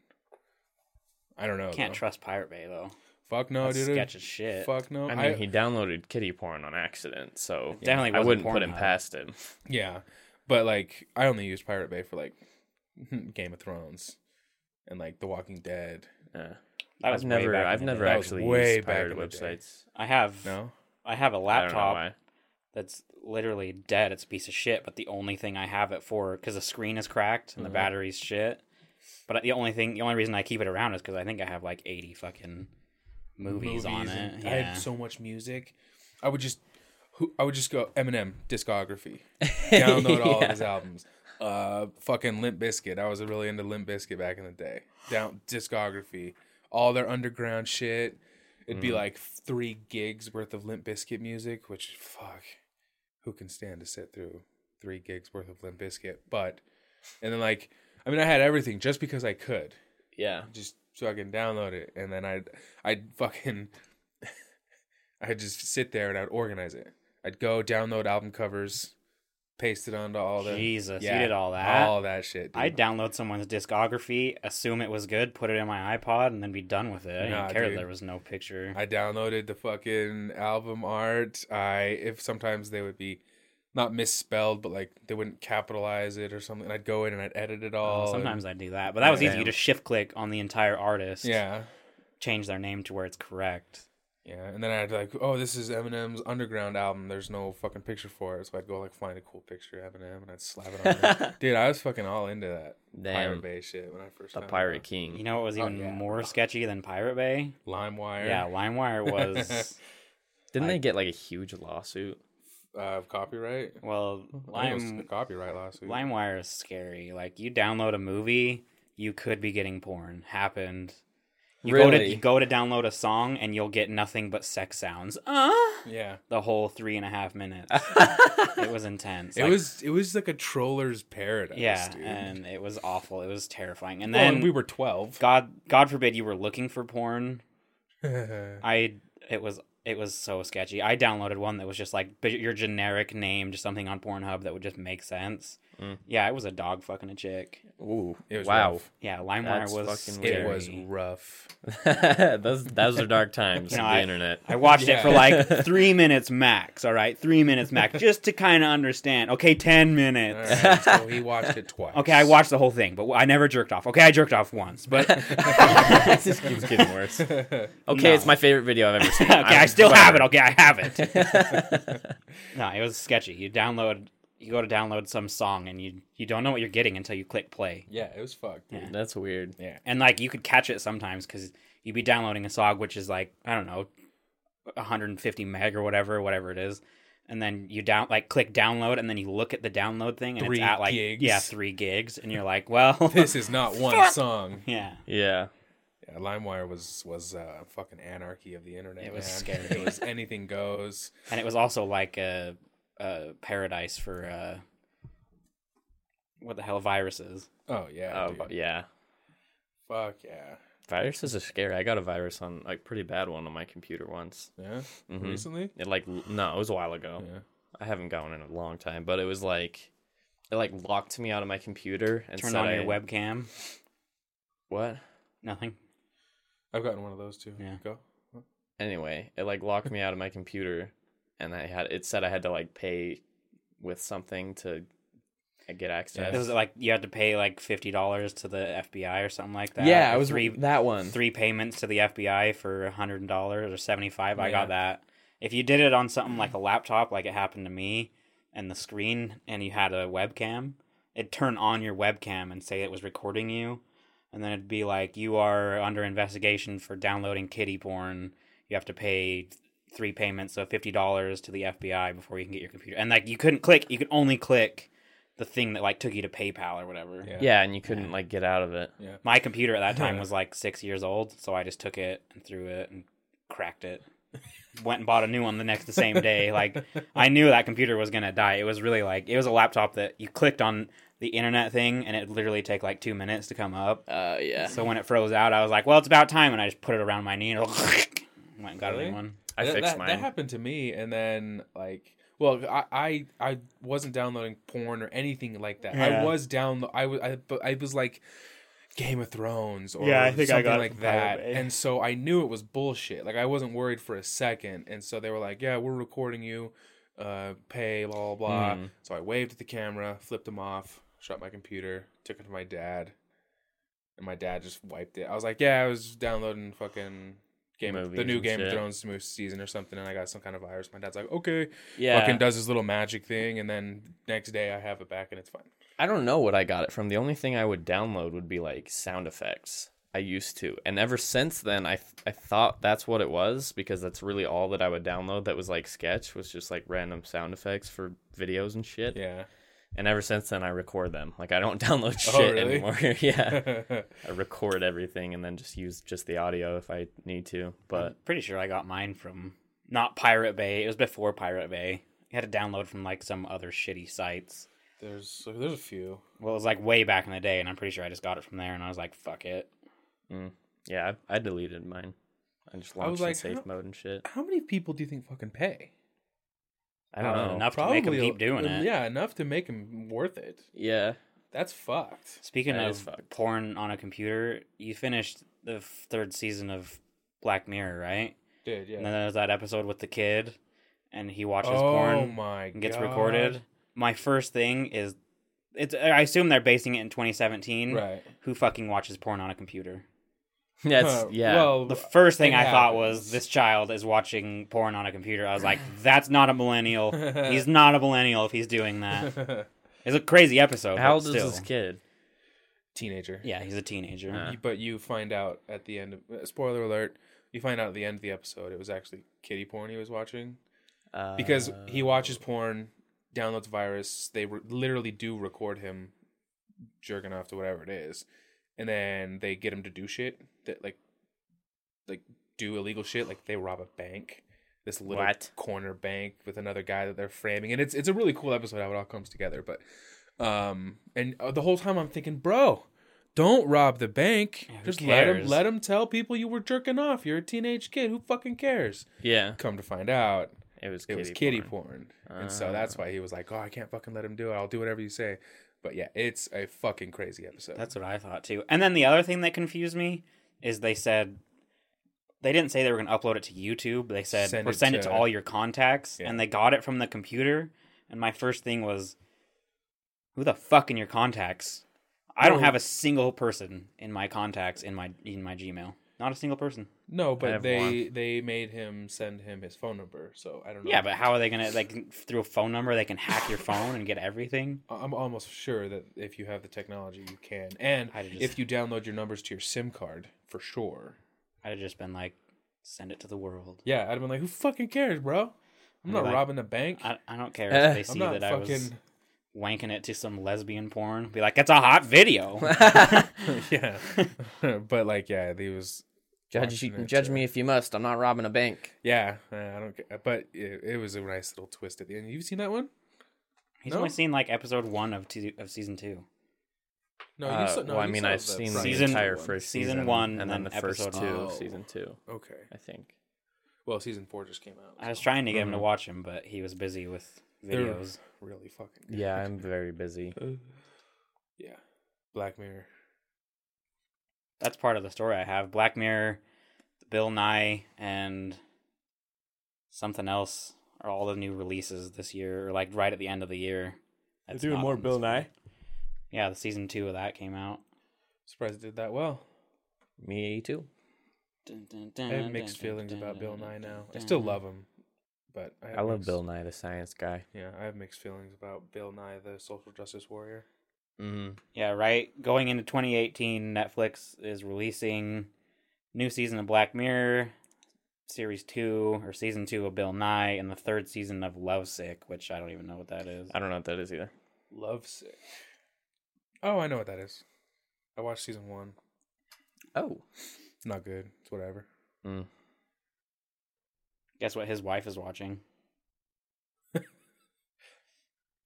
Speaker 1: I don't know.
Speaker 3: can't
Speaker 1: Oh, though.
Speaker 3: trust Pirate Bay though.
Speaker 1: Fuck no,
Speaker 3: That's
Speaker 1: dude.
Speaker 3: sketch as shit.
Speaker 1: Fuck no.
Speaker 2: I mean, he downloaded kitty porn on accident, so
Speaker 3: It definitely
Speaker 2: I
Speaker 3: wasn't
Speaker 2: wouldn't put him
Speaker 3: Pornhub.
Speaker 2: past him.
Speaker 1: Yeah, but like I only use Pirate Bay for like Game of Thrones and like The Walking Dead.
Speaker 2: Yeah.
Speaker 3: That was
Speaker 2: I've
Speaker 3: way
Speaker 2: never,
Speaker 3: back in
Speaker 2: I've
Speaker 3: the
Speaker 2: never
Speaker 3: day.
Speaker 1: That was
Speaker 2: actually
Speaker 1: way
Speaker 2: used
Speaker 1: back
Speaker 2: pirate
Speaker 1: in the day.
Speaker 2: websites.
Speaker 3: I have
Speaker 1: No,
Speaker 3: I have
Speaker 2: I
Speaker 3: a
Speaker 2: don't know
Speaker 3: laptop
Speaker 2: why.
Speaker 3: that's literally dead. It's a piece of shit. But the only thing I have it for, because the screen is cracked
Speaker 1: Mm-hmm.
Speaker 3: and the battery's shit. But the only thing, the only reason I keep it around is because I think I have like eighty fucking movies, on it.
Speaker 1: and I
Speaker 3: Yeah.
Speaker 1: had so much music. I would just, who I would just go Eminem discography, download all of his albums. Uh, fucking Limp Biscuit. I was really into Limp Biscuit back in the day. Down discography, all their underground shit. It'd
Speaker 3: Mm.
Speaker 1: be like three gigs worth of Limp Biscuit music, which fuck, who can stand to sit through three gigs worth of Limp Biscuit? But, and then like, I mean, I had everything just because I could
Speaker 2: Yeah.
Speaker 1: just so I can download it, and then I'd I'd fucking I'd just sit there and I'd organize it. I'd go download album covers, paste it onto all the
Speaker 3: Jesus, you did all that?
Speaker 1: all that shit. Dude.
Speaker 3: I download someone's discography, assume it was good, put it in my iPod, and then be done with it. I
Speaker 1: Nah,
Speaker 3: didn't care that
Speaker 1: dude.
Speaker 3: there was no picture.
Speaker 1: I downloaded the fucking album art. I if sometimes they would be not misspelled, but like they wouldn't capitalize it or something. I'd go in and I'd edit it all. and-
Speaker 3: Well, Oh, sometimes I do that, but that was easy. You
Speaker 2: Damn.
Speaker 3: just shift click on the entire artist,
Speaker 1: yeah.
Speaker 3: change their name to where it's correct.
Speaker 1: Yeah, and then I'd like, oh, this is Eminem's underground album. There's no fucking picture for it, so I'd go like find a cool picture of Eminem and I'd slap it on. there. Dude, I was fucking all into that
Speaker 2: Damn.
Speaker 1: Pirate Bay shit when I first
Speaker 2: The
Speaker 1: found it
Speaker 2: Pirate
Speaker 1: out.
Speaker 2: King.
Speaker 3: You know what was even
Speaker 1: Oh, yeah.
Speaker 3: more sketchy than Pirate Bay?
Speaker 1: LimeWire.
Speaker 3: Yeah, LimeWire was.
Speaker 2: Didn't they get like a huge lawsuit?
Speaker 1: uh, copyright.
Speaker 3: Well,
Speaker 1: I almost
Speaker 3: Lime
Speaker 1: a copyright lawsuit.
Speaker 3: LimeWire is scary. Like you download a movie, you could be getting porn. Happened. You go to
Speaker 1: Really?
Speaker 3: you go to download a song and you'll get nothing but sex sounds. Uh,
Speaker 1: Yeah,
Speaker 3: the whole three and a half minutes. it was intense.
Speaker 1: it
Speaker 3: Like,
Speaker 1: was it was like a troller's paradise.
Speaker 3: yeah,
Speaker 1: dude.
Speaker 3: and it was awful. It was terrifying. And
Speaker 1: Well,
Speaker 3: then
Speaker 1: we were twelve.
Speaker 3: God God forbid you were looking for porn.
Speaker 1: yeah,
Speaker 3: I it was it was so sketchy. I downloaded one that was just like b- your generic name, just something on Pornhub that would just make sense.
Speaker 2: Mm.
Speaker 3: Yeah, it was a dog fucking a chick.
Speaker 2: Ooh,
Speaker 1: It was
Speaker 2: wow.
Speaker 1: rough.
Speaker 3: Yeah, LimeWire
Speaker 2: That's
Speaker 3: was
Speaker 2: fucking
Speaker 3: scary.
Speaker 1: it was rough.
Speaker 2: those those are dark times
Speaker 3: You know,
Speaker 2: of the
Speaker 3: I-
Speaker 2: internet.
Speaker 3: I watched it
Speaker 1: Yeah.
Speaker 3: for like three minutes max. All right, three minutes max, just to kind of understand. Okay, ten
Speaker 1: All
Speaker 3: minutes.
Speaker 1: right, so he watched it twice.
Speaker 3: Okay, I watched the whole thing, but I never jerked off. Okay, I jerked off once, but
Speaker 2: it just keeps getting worse. Okay, it's my favorite video I've ever seen.
Speaker 3: okay, I still have it. Okay, I have it. No, it was sketchy. You download, you go to download some song, and you you don't know what you're getting until you click play.
Speaker 1: Yeah, it was fucked. dude.
Speaker 2: That's weird.
Speaker 1: Yeah.
Speaker 3: And like you could catch it sometimes because you'd be downloading a song which is like I don't know, 150 meg or whatever, whatever it is, and then you down like click download, and then you look at the download thing, and
Speaker 1: Three
Speaker 3: it's at like
Speaker 1: gigs.
Speaker 3: yeah three gigs, and you're like, well,
Speaker 1: This is not one song.
Speaker 3: yeah,
Speaker 2: Yeah.
Speaker 1: Yeah, LimeWire was was uh, fucking anarchy of the internet.
Speaker 3: It was
Speaker 1: man.
Speaker 3: scary.
Speaker 1: It was anything goes.
Speaker 3: and it was also like a, a paradise for uh, what the hell viruses.
Speaker 1: Oh yeah,
Speaker 2: Oh,
Speaker 1: dude.
Speaker 2: yeah.
Speaker 1: fuck yeah,
Speaker 2: Viruses are scary. I got a virus on like pretty bad one on my computer once.
Speaker 1: yeah.
Speaker 3: Mm-hmm.
Speaker 2: Mhm.
Speaker 1: Recently,
Speaker 2: It like l- no, it was a while
Speaker 3: Oh.
Speaker 2: ago.
Speaker 1: Yeah.
Speaker 2: I haven't gone in a long time, but it was like it like locked me out of my computer and
Speaker 3: Turn
Speaker 2: said
Speaker 3: on your
Speaker 2: I-
Speaker 3: webcam.
Speaker 2: What?
Speaker 3: Nothing.
Speaker 1: I've gotten one of those too.
Speaker 3: Yeah.
Speaker 1: Go.
Speaker 2: Anyway, it like locked me out of my computer, and I had it said I had to like pay with something to get access.
Speaker 3: This is like you had to pay like fifty dollars to the FBI or something like that.
Speaker 2: yeah,
Speaker 3: Or
Speaker 2: I was
Speaker 3: three
Speaker 2: that one.
Speaker 3: three payments to the FBI for hundred dollars or seventy five. I
Speaker 1: Yeah.
Speaker 3: got that. If you did it on something like a laptop, like it happened to me, and the screen, and you had a webcam, it'd turn on your webcam and say it was recording you, and then it'd be like you are under investigation for downloading kitty porn. You have to pay three payments of fifty dollars to the FBI before you can get your computer. And like you couldn't click, you could only click the thing that like took you to PayPal or whatever
Speaker 1: Yeah.
Speaker 2: Yeah, and you couldn't like get out of it.
Speaker 3: my computer at that time was like six years old, so I just took it and threw it and cracked it. Went and bought a new one the next the same day. Like I knew that computer was gonna die. It was really like it was a laptop that you clicked on the internet thing and it literally take like two minutes to come up.
Speaker 2: Uh, yeah.
Speaker 3: So when it froze out, I was like, "Well, it's about time," and I just put it around my knee and went and got a
Speaker 1: Really?
Speaker 3: new one.
Speaker 2: I
Speaker 1: that,
Speaker 2: fixed
Speaker 1: that,
Speaker 2: mine.
Speaker 1: That happened to me, and then like, well, I I, I wasn't downloading porn or anything like that.
Speaker 3: Yeah.
Speaker 1: I was down. I was I, but I was like. Game of Thrones or
Speaker 3: Yeah, I think I
Speaker 1: something
Speaker 3: got it
Speaker 1: like
Speaker 3: from
Speaker 1: that.
Speaker 3: Pirate Bay.
Speaker 1: And so I knew it was bullshit. Like I wasn't worried for a second. And so they were like, Yeah, we're recording you, uh, pay, blah blah blah.
Speaker 2: Mm.
Speaker 1: So I waved at the camera, flipped them off, shut my computer, took it to my dad, and my dad just wiped it. I was like, Yeah, I was downloading fucking Game of, the
Speaker 2: Movies
Speaker 1: new
Speaker 2: and
Speaker 1: Game of
Speaker 2: shit.
Speaker 1: Thrones mo- season or something, and I got some kind of virus. My dad's like, Okay,
Speaker 2: yeah.
Speaker 1: fucking does his little magic thing, and then next day I have it back and it's fine.
Speaker 2: I don't know what I got it from. The only thing I would download would be like sound effects. I used to. And ever since then I I thought that's what it was because that's really all that I would download that was like sketch was just like random sound effects for videos and shit.
Speaker 1: Yeah.
Speaker 2: And ever since then I record them. Like I don't download shit
Speaker 1: Oh, really?
Speaker 2: anymore. yeah. I record everything and then just use just the audio if I need to. But
Speaker 3: Pretty sure I got mine from not Pirate Bay. It was before Pirate Bay. You had to download from like some other shitty sites.
Speaker 1: there's there's a few.
Speaker 3: Well, it was like way back in the day, and I'm pretty sure I just got it from there, and I was like, "Fuck it."
Speaker 2: yeah, I, I deleted mine. I just
Speaker 1: I was
Speaker 2: launched in
Speaker 1: like,
Speaker 2: safe
Speaker 1: how-
Speaker 2: mode and shit.
Speaker 1: How many people do you think fucking pay?
Speaker 2: I don't know.
Speaker 3: enough to make 'em keep doing it.
Speaker 1: Yeah, enough to make them worth it.
Speaker 2: Yeah.
Speaker 1: That's fucked.
Speaker 3: Speaking
Speaker 2: That
Speaker 3: of
Speaker 2: is fucked.
Speaker 3: porn on a computer, you finished the f- third season of Black Mirror, right?
Speaker 1: Dude, yeah.
Speaker 3: And then there's that episode with the kid, and he watches
Speaker 1: oh
Speaker 3: porn
Speaker 1: my god.
Speaker 3: and gets recorded. My first thing is, it's. I assume they're basing it in 2017.
Speaker 1: Right.
Speaker 3: Who fucking watches porn on a computer?
Speaker 2: That's
Speaker 1: Huh,
Speaker 2: yeah.
Speaker 1: Well,
Speaker 3: The first thing
Speaker 1: It
Speaker 3: I thought was
Speaker 1: happens.
Speaker 3: this child is watching porn on a computer. I was like, that's not a millennial. he's not a millennial if he's doing that. It's a crazy episode.
Speaker 2: How
Speaker 3: How
Speaker 2: old is
Speaker 3: still.
Speaker 2: this kid?
Speaker 1: teenager.
Speaker 3: Yeah, he's a teenager.
Speaker 2: Uh.
Speaker 1: You- But you find out at uh, the end of spoiler alert, you find out at the end of the episode it was actually kitty porn he was watching.
Speaker 2: Uh,
Speaker 1: because he watches porn, downloads virus. They re- literally do record him jerking off to whatever it is, and then they get him to do shit that like, like do illegal shit. Like they rob a bank, this little
Speaker 2: What?
Speaker 1: corner bank with another guy that they're framing, and it's it's a really cool episode how it all comes together. But, um, and uh, the whole time I'm thinking, bro. Don't rob the bank.
Speaker 3: who
Speaker 1: Just let 'em let him
Speaker 3: cares?
Speaker 1: let him tell people you were jerking off. You're a teenage kid. Who fucking cares?
Speaker 2: Yeah,
Speaker 1: Come to find out,
Speaker 2: it was
Speaker 1: it
Speaker 2: kitty
Speaker 1: was kitty
Speaker 2: porn.
Speaker 1: porn. And so that's why he was like, oh, I can't fucking let him do it. I'll do whatever you say. But yeah, it's a fucking crazy episode.
Speaker 3: That's what I thought too. And then the other thing that confused me is they said they didn't say they were going to upload it to YouTube. They said
Speaker 1: Send
Speaker 3: we're
Speaker 1: it
Speaker 3: send it
Speaker 1: to-
Speaker 3: to all your contacts,
Speaker 1: Yeah.
Speaker 3: and they got it from the computer. And my first thing was, who the fuck in your contacts? I don't
Speaker 1: No.
Speaker 3: have a single person in my contacts in my in my Gmail. Not a single person.
Speaker 1: no,
Speaker 2: I
Speaker 1: but
Speaker 2: have
Speaker 1: they
Speaker 2: one.
Speaker 1: they made him send him his phone number. So I don't know.
Speaker 3: Yeah, but how are they gonna like through a phone number? They can hack your phone and get everything.
Speaker 1: I- I'm almost sure that if you have the technology, you can. And
Speaker 3: I just-
Speaker 1: if you download your numbers to your SIM card, for sure.
Speaker 3: I'd have just been like, send it to the world.
Speaker 1: Yeah, I'd have been like, who fucking cares, bro? I'm not
Speaker 3: like,
Speaker 1: robbing a bank. I,
Speaker 3: I, I don't care
Speaker 2: Eh.
Speaker 3: if they
Speaker 1: am
Speaker 3: see
Speaker 1: not
Speaker 3: that I
Speaker 1: fucking.
Speaker 3: was wanking it to some lesbian porn. Be like, that's a hot video.
Speaker 1: yeah. but like, yeah, he was.
Speaker 4: Judge,
Speaker 1: watching it
Speaker 4: judge
Speaker 1: to-
Speaker 4: me if you must. I'm not robbing a bank.
Speaker 1: Yeah, uh, I don't. ca- But it, it was a nice little twist at the end. You've seen that one?
Speaker 3: He's
Speaker 1: No?
Speaker 3: only seen like episode one of two, of season two.
Speaker 1: No,
Speaker 2: Uh,
Speaker 1: you saw, no
Speaker 2: well, I
Speaker 1: you
Speaker 2: mean,
Speaker 1: saw
Speaker 2: I've
Speaker 1: the
Speaker 2: seen
Speaker 1: front
Speaker 2: the
Speaker 3: Season-
Speaker 2: entire
Speaker 1: one.
Speaker 2: first
Speaker 3: season
Speaker 2: season,
Speaker 3: one,
Speaker 2: and then,
Speaker 3: then
Speaker 2: the first
Speaker 3: episode
Speaker 2: two
Speaker 1: one.
Speaker 2: of season two.
Speaker 1: Okay.
Speaker 2: I think
Speaker 1: Well, season four just came out.
Speaker 3: I was trying to get him to watch him, but he was busy with
Speaker 1: Mm-hmm. They're
Speaker 3: videos.
Speaker 1: really fucking. good.
Speaker 2: Yeah, I'm very busy.
Speaker 1: Uh, yeah. Black Mirror.
Speaker 3: That's part of the story I have. Black Mirror, Bill Nye, and something else are all the new releases this year, or like right at the end of the year.
Speaker 5: They're
Speaker 3: That's
Speaker 5: doing
Speaker 3: not
Speaker 5: more
Speaker 3: on this
Speaker 5: Bill
Speaker 3: one.
Speaker 5: Nye.
Speaker 3: Yeah, the season two of that came out.
Speaker 1: Surprised it did that well.
Speaker 2: Me too.
Speaker 3: Dun, dun,
Speaker 1: I
Speaker 3: dun,
Speaker 1: have mixed
Speaker 3: dun, dun,
Speaker 1: feelings
Speaker 3: dun,
Speaker 1: about
Speaker 3: dun,
Speaker 1: Bill
Speaker 3: dun,
Speaker 1: Nye
Speaker 3: dun,
Speaker 1: now. I
Speaker 3: dun.
Speaker 1: still love him, but have
Speaker 2: I love
Speaker 1: mixed-
Speaker 2: Bill Nye, the science guy.
Speaker 1: Yeah, I have mixed feelings about Bill Nye, the social justice warrior.
Speaker 2: Mm.
Speaker 3: Yeah, right. Going into 2018, Netflix is releasing new season of Black Mirror, series 2 or season 2 of Bill Nye and the third season of Lovesick, which I don't even know what that is.
Speaker 2: I don't know what that is either.
Speaker 1: Love sick. Oh, I know what that is. I watched season one.
Speaker 2: Oh,
Speaker 1: It's not good. It's whatever.
Speaker 2: mm.
Speaker 3: Guess what his wife is watching?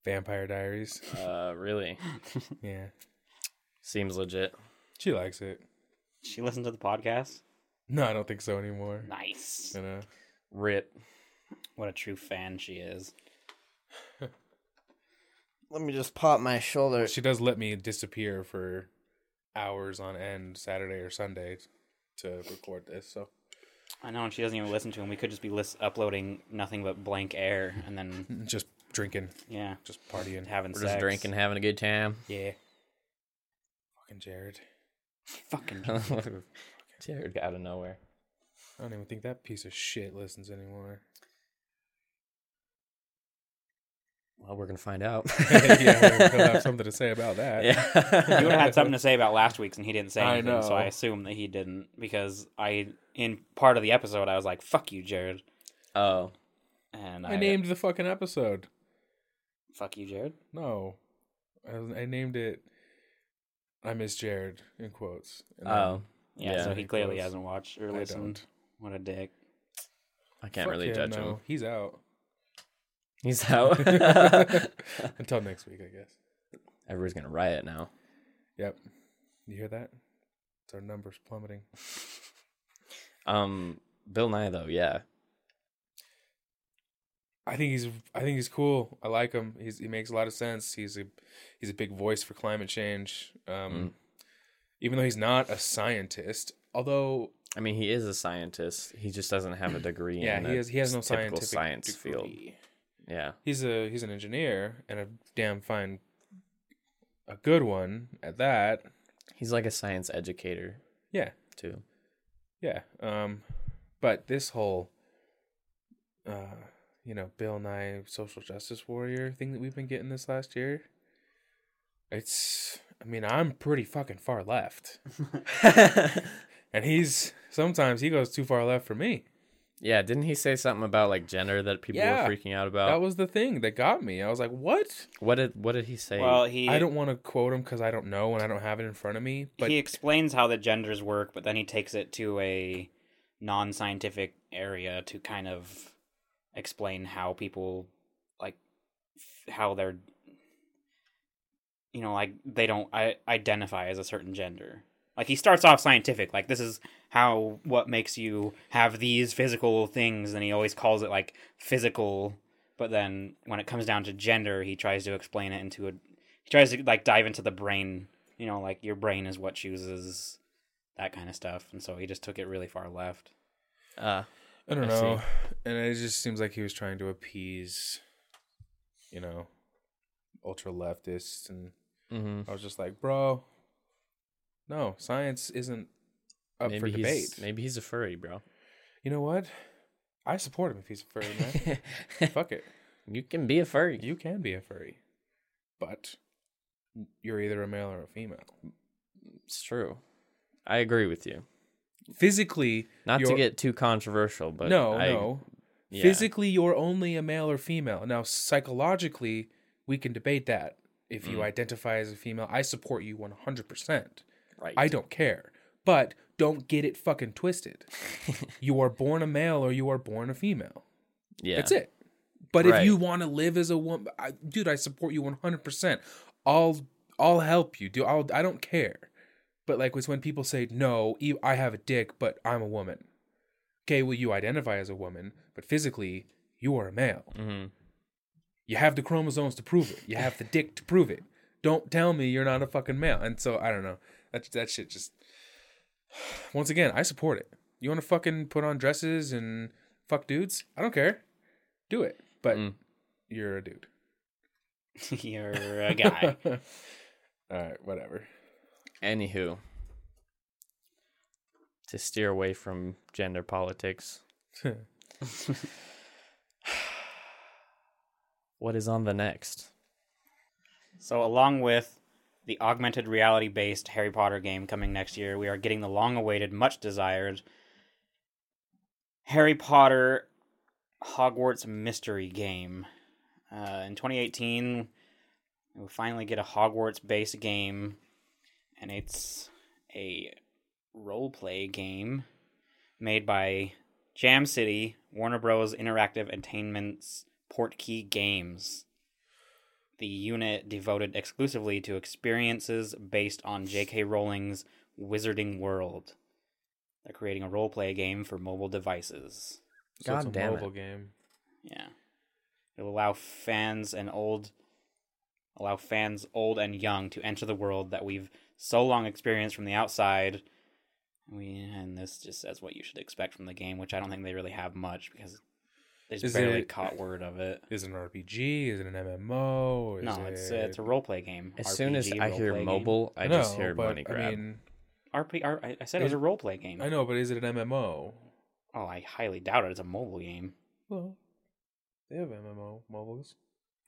Speaker 1: Vampire Diaries.
Speaker 2: uh, really?
Speaker 1: Yeah,
Speaker 2: Seems legit.
Speaker 1: she likes it.
Speaker 3: She listens to the podcast.
Speaker 1: No, I don't think so anymore.
Speaker 3: Nice.
Speaker 1: You know?
Speaker 2: Rip.
Speaker 3: What a true fan she is.
Speaker 4: Let me just pop my shoulder.
Speaker 1: She does let me disappear for hours on end Saturday or Sunday to record this. So
Speaker 3: I know, and she doesn't even listen to him. We could just be lis- uploading nothing but blank air, and then
Speaker 1: just drinking,
Speaker 3: yeah,
Speaker 1: just partying.
Speaker 3: having
Speaker 2: We're
Speaker 3: sex.
Speaker 2: just drinking, having a good time.
Speaker 1: Yeah. Fucking Jared.
Speaker 3: Fucking
Speaker 2: Jared out of nowhere.
Speaker 1: I don't even think that piece of shit listens anymore.
Speaker 2: Well, we're gonna find out.
Speaker 1: yeah, he'll have something to say about that.
Speaker 3: you
Speaker 2: yeah.
Speaker 3: would have had something to say about last week's and he didn't say
Speaker 1: I
Speaker 3: anything, so
Speaker 1: know.
Speaker 3: I assume that he didn't because I in part of the episode I was like, "Fuck you, Jared,"
Speaker 2: oh,
Speaker 3: and I,
Speaker 1: I named the fucking episode.
Speaker 3: "Fuck you, Jared."
Speaker 1: No, Um, I, I named it. I miss Jared in quotes. And
Speaker 2: oh.
Speaker 3: Yeah,
Speaker 2: Yeah,
Speaker 3: so
Speaker 1: he
Speaker 3: he clearly
Speaker 1: closed.
Speaker 3: hasn't watched or
Speaker 1: then I
Speaker 3: listened.
Speaker 1: don't.
Speaker 3: What a dick!
Speaker 2: I can't
Speaker 1: Fuck
Speaker 2: really
Speaker 1: him,
Speaker 2: judge
Speaker 1: no.
Speaker 2: him.
Speaker 1: He's out
Speaker 2: He's out.
Speaker 1: until next week, I guess.
Speaker 2: Everybody's gonna riot now.
Speaker 1: Yep. You hear that? It's our numbers plummeting.
Speaker 2: Um, Bill Nye though, yeah.
Speaker 1: I think he's I think he's cool. I like him. He's he makes a lot of sense. He's a he's a big voice for climate change. Um
Speaker 2: Mm.
Speaker 1: even though he's not a scientist, although
Speaker 2: I mean, he is a scientist. He just doesn't have a degree.
Speaker 1: yeah,
Speaker 2: in
Speaker 1: he
Speaker 2: the
Speaker 1: has he has no
Speaker 2: typical
Speaker 1: scientific
Speaker 2: science field.
Speaker 1: degree.
Speaker 2: Yeah,
Speaker 1: He's a he's an engineer and a damn fine a good one at that.
Speaker 2: he's like a science educator
Speaker 1: Yeah.
Speaker 2: too.
Speaker 1: Yeah. Um, but this whole, uh, you know, Bill Nye social justice warrior thing that we've been getting this last year, it's, I mean, I'm pretty fucking far left. and he's, sometimes he goes too far left for me.
Speaker 2: Yeah, didn't he say something about like gender that people
Speaker 1: Yeah.
Speaker 2: were freaking out about?
Speaker 1: That was the thing that got me. I was like, what?
Speaker 2: what did what did he say?
Speaker 3: Well, he
Speaker 1: I don't want to quote him because I don't know and I don't have it in front of me. But
Speaker 3: he explains how the genders work, but then he takes it to a non-scientific area to kind of explain how people like f- how they're you know like they don't I- identify as a certain gender. Like he starts off scientific, like this is how what makes you have these physical things, and he always calls it like physical. But then when it comes down to gender, he tries to explain it into a he tries to like dive into the brain you know, like your brain is what chooses that kind of stuff. And so he just took it really far left.
Speaker 2: uh,
Speaker 1: I don't
Speaker 2: I see.
Speaker 1: know. And it just seems like he was trying to appease, you know, ultra leftists. And
Speaker 2: mhm.
Speaker 1: I was just like, bro, no, science isn't up for
Speaker 2: maybe
Speaker 1: debate.
Speaker 2: he's maybe he's a furry, bro.
Speaker 1: You know what? I support him if he's a furry, man. Fuck it.
Speaker 2: you can be a furry.
Speaker 1: You can be a furry, but you're either a male or a female.
Speaker 2: It's true. I agree with you.
Speaker 1: Physically,
Speaker 2: Not to
Speaker 1: you're-
Speaker 2: get too controversial, but
Speaker 1: no,
Speaker 2: I-
Speaker 1: no.
Speaker 2: yeah.
Speaker 1: Physically, you're only a male or female. Now, psychologically, we can debate that. If
Speaker 2: Mm.
Speaker 1: you identify as a female, I support you 100%.
Speaker 2: right.
Speaker 1: I don't care. But don't get it fucking twisted. you are born a male or you are born a female.
Speaker 2: yeah,
Speaker 1: That's it. But if
Speaker 2: Right.
Speaker 1: you want to live as a woman, I, dude, I support you 100%. I'll I'll help you. Do I'll I don't care. But like it's when people say, "No, e- I have a dick, but I'm a woman." Okay, well you identify as a woman, but physically you are a male.
Speaker 2: Mhm.
Speaker 1: You have the chromosomes to prove it. You have the dick to prove it. Don't tell me you're not a fucking male. And so I don't know. That that shit just once again, I support it. You want to fucking put on dresses and fuck dudes? I don't care. Do it. But
Speaker 2: Mm.
Speaker 1: you're a dude.
Speaker 3: You're a guy.
Speaker 1: All right, whatever.
Speaker 2: Anywho, to steer away from gender politics, what is on the next?
Speaker 3: so, along with the augmented reality based Harry Potter game coming next year, we are getting the long awaited, much desired Harry Potter Hogwarts Mystery game. Uh, in 2018, we finally get a Hogwarts based game, and it's a role play game made by Jam City, Warner Bros. Interactive Entertainment's Portkey Games, the unit devoted exclusively to experiences based on J.K. Rowling's Wizarding World. They're creating a role play game for mobile devices.
Speaker 2: God damn it.
Speaker 1: game.
Speaker 3: Yeah. It'll allow fans and old allow fans old and young to enter the world that we've so long experienced from the outside. We and this just says what you should expect from the game, which I don't think they really have much because they just
Speaker 1: Is
Speaker 3: barely
Speaker 1: it-
Speaker 3: caught word of it.
Speaker 1: Is it an RPG? Is it an MMO? Is
Speaker 3: no, it's uh, it's a role play game.
Speaker 2: As soon as
Speaker 3: RPG
Speaker 2: I hear
Speaker 3: roleplay game.
Speaker 2: mobile, uh, I just hear
Speaker 1: but,
Speaker 2: money grab.
Speaker 1: I mean,
Speaker 3: RP, R, I- I said it was
Speaker 1: Is-
Speaker 3: a role play game.
Speaker 1: I know, but is it an MMO?
Speaker 3: Oh, I highly doubt it. It's a mobile game.
Speaker 1: Well, they have MMO mobiles.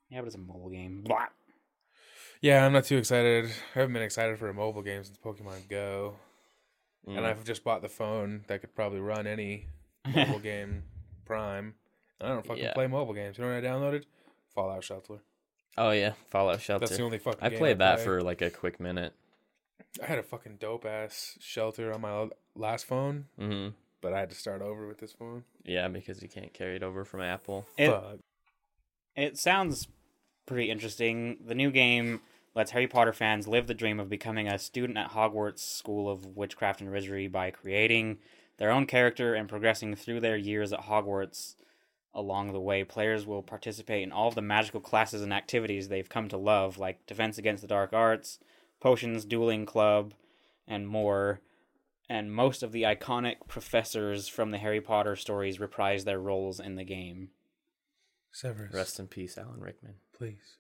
Speaker 3: Yeah, but it's a mobile game. Blah.
Speaker 1: Yeah, I'm not too excited. I haven't been excited for a mobile game since Pokemon Go, and
Speaker 2: Mm.
Speaker 1: I've just bought the phone that could probably run any mobile game Prime. I don't fucking
Speaker 2: Yeah.
Speaker 1: play mobile games. You know what I downloaded? Fallout Shelter.
Speaker 2: oh yeah, Fallout Shelter.
Speaker 1: That's the only fucking.
Speaker 2: I
Speaker 1: game
Speaker 2: played that
Speaker 1: play.
Speaker 2: for like a quick minute.
Speaker 1: I had a fucking dope ass shelter on my l- last phone,
Speaker 2: hmm
Speaker 1: but I had to start over with this phone.
Speaker 2: Yeah, because you can't carry it over from Apple.
Speaker 3: It-
Speaker 1: Fuck.
Speaker 3: It sounds pretty interesting. The new game lets Harry Potter fans live the dream of becoming a student at Hogwarts School of Witchcraft and Wizardry by creating their own character and progressing through their years at Hogwarts. Along the way, players will participate in all of the magical classes and activities they've come to love, like Defense Against the Dark Arts, Potions Dueling Club, and more. And most of the iconic professors from the Harry Potter stories reprise their roles in the game.
Speaker 1: Severus,
Speaker 2: Rest in peace, Alan Rickman.
Speaker 1: please.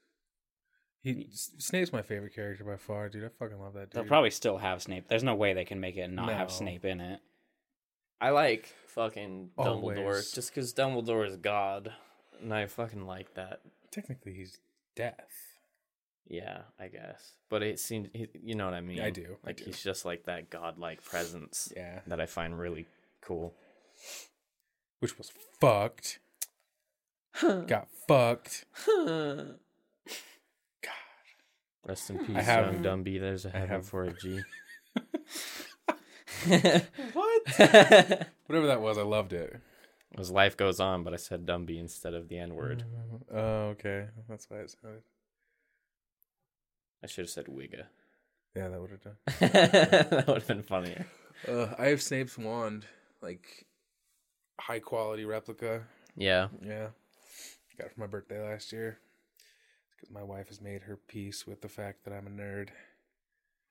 Speaker 1: He S- Snape's my favorite character by far, dude. I fucking love that dude.
Speaker 3: They'll probably still have Snape. There's no way they can make it and not have
Speaker 1: No.
Speaker 3: Snape in it.
Speaker 2: I like fucking Dumbledore
Speaker 1: Always.
Speaker 2: just because Dumbledore is God, and I fucking like that.
Speaker 1: technically he's death.
Speaker 2: Yeah, I guess, but it seems he- you know what I mean.
Speaker 1: I do, I
Speaker 2: Like
Speaker 1: do.
Speaker 2: he's just like that godlike presence
Speaker 1: Yeah,
Speaker 2: that I find really cool.
Speaker 1: which was fucked. Got fucked.
Speaker 2: Rest in peace,
Speaker 1: I have-
Speaker 2: young Dumby. There's a heaven
Speaker 1: have-
Speaker 2: for a G.
Speaker 1: What?
Speaker 2: it
Speaker 1: Whatever that was, I loved it.
Speaker 2: was Life Goes On, but I said Dumby instead of the N word.
Speaker 1: Oh, okay. That's why it sounded.
Speaker 2: I should have said Wigga.
Speaker 1: Yeah, that would have done.
Speaker 2: that would have been funnier.
Speaker 1: Uh, I have Snape's wand, like high quality replica.
Speaker 2: Yeah.
Speaker 1: Yeah, got it for my birthday last year. Because my wife has made her peace with the fact that I'm a nerd.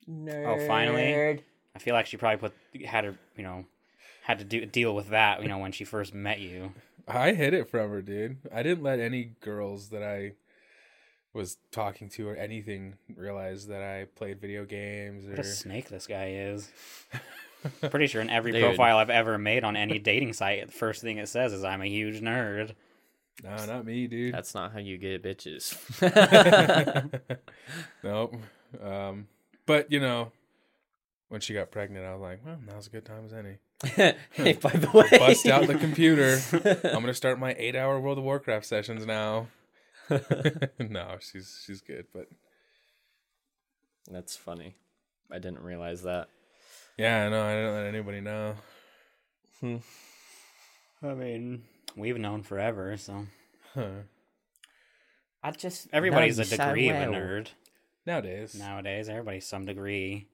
Speaker 3: Oh, finally. I feel like she probably put had her, you know, had to do, deal with that, you know, when she first met you.
Speaker 1: I hid it from her, dude. I didn't let any girls that I was talking to or anything realize that I played video games
Speaker 3: What a
Speaker 1: or.
Speaker 3: snake this guy is. Pretty sure in every
Speaker 2: Dude.
Speaker 3: profile I've ever made on any dating site, the first thing it says is I'm a huge nerd.
Speaker 1: no, not me, dude.
Speaker 2: That's not how you get bitches.
Speaker 1: nope. Um, but you know, when she got pregnant, I was like, "Well, now's a good time as any."
Speaker 2: hey, by the way.
Speaker 1: Bust out the computer. I'm gonna start my eight-hour World of Warcraft sessions now. no, she's she's good, but
Speaker 2: That's funny. I didn't realize that.
Speaker 1: yeah, no, I didn't let anybody know.
Speaker 3: I mean, we've known forever, so
Speaker 1: Huh.
Speaker 4: I just
Speaker 3: everybody's a
Speaker 4: knows you so
Speaker 3: degree of a
Speaker 4: well.
Speaker 3: nerd
Speaker 1: Nowadays,
Speaker 3: nowadays. Everybody's some degree.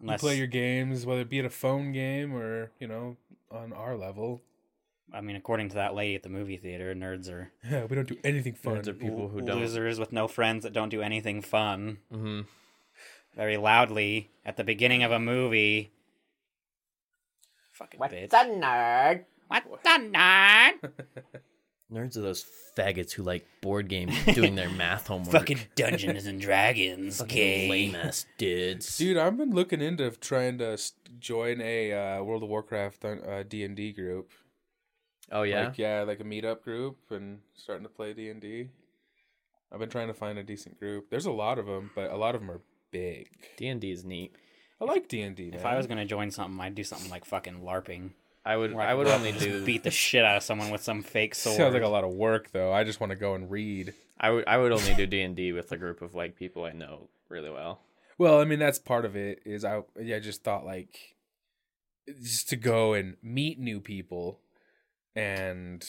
Speaker 1: you
Speaker 3: Unless
Speaker 1: play your games, whether it be at a phone game or you know on our level.
Speaker 3: I mean, according to that lady at the movie theater, nerds are
Speaker 1: Yeah, we don't do anything fun.
Speaker 2: Nerds are people who don't.
Speaker 3: losers with no friends that don't do anything fun.
Speaker 2: hmm
Speaker 3: Very loudly at the beginning of a movie. Fucking
Speaker 4: What's
Speaker 3: bitch.
Speaker 4: a nerd?
Speaker 3: What's a nerd?
Speaker 2: Nerds are those faggots who like board games doing their math homework.
Speaker 3: Fucking Dungeons and Dragons.
Speaker 2: lame
Speaker 3: gay.
Speaker 2: ass dudes.
Speaker 1: Dude, I've been looking into trying to s- join a uh, World of Warcraft uh, D and D group.
Speaker 2: Oh yeah.
Speaker 1: like yeah, like a meetup group and starting to play D and D. I've been trying to find a decent group. There's a lot of them, but a lot of them are big.
Speaker 2: D and D is neat.
Speaker 1: I like D and D.
Speaker 3: If I was gonna join something, I'd do something like fucking LARPing.
Speaker 2: I would.
Speaker 3: Where
Speaker 2: I would
Speaker 3: could
Speaker 2: only
Speaker 3: just
Speaker 2: do.
Speaker 3: beat the shit out of someone with some fake sword.
Speaker 1: sounds like a lot of work though. I just want to go and read.
Speaker 2: I would. I would only do D and D with a group of like people I know really well.
Speaker 1: Well, I mean that's part of it. Is I yeah, I just thought like just to go and meet new people and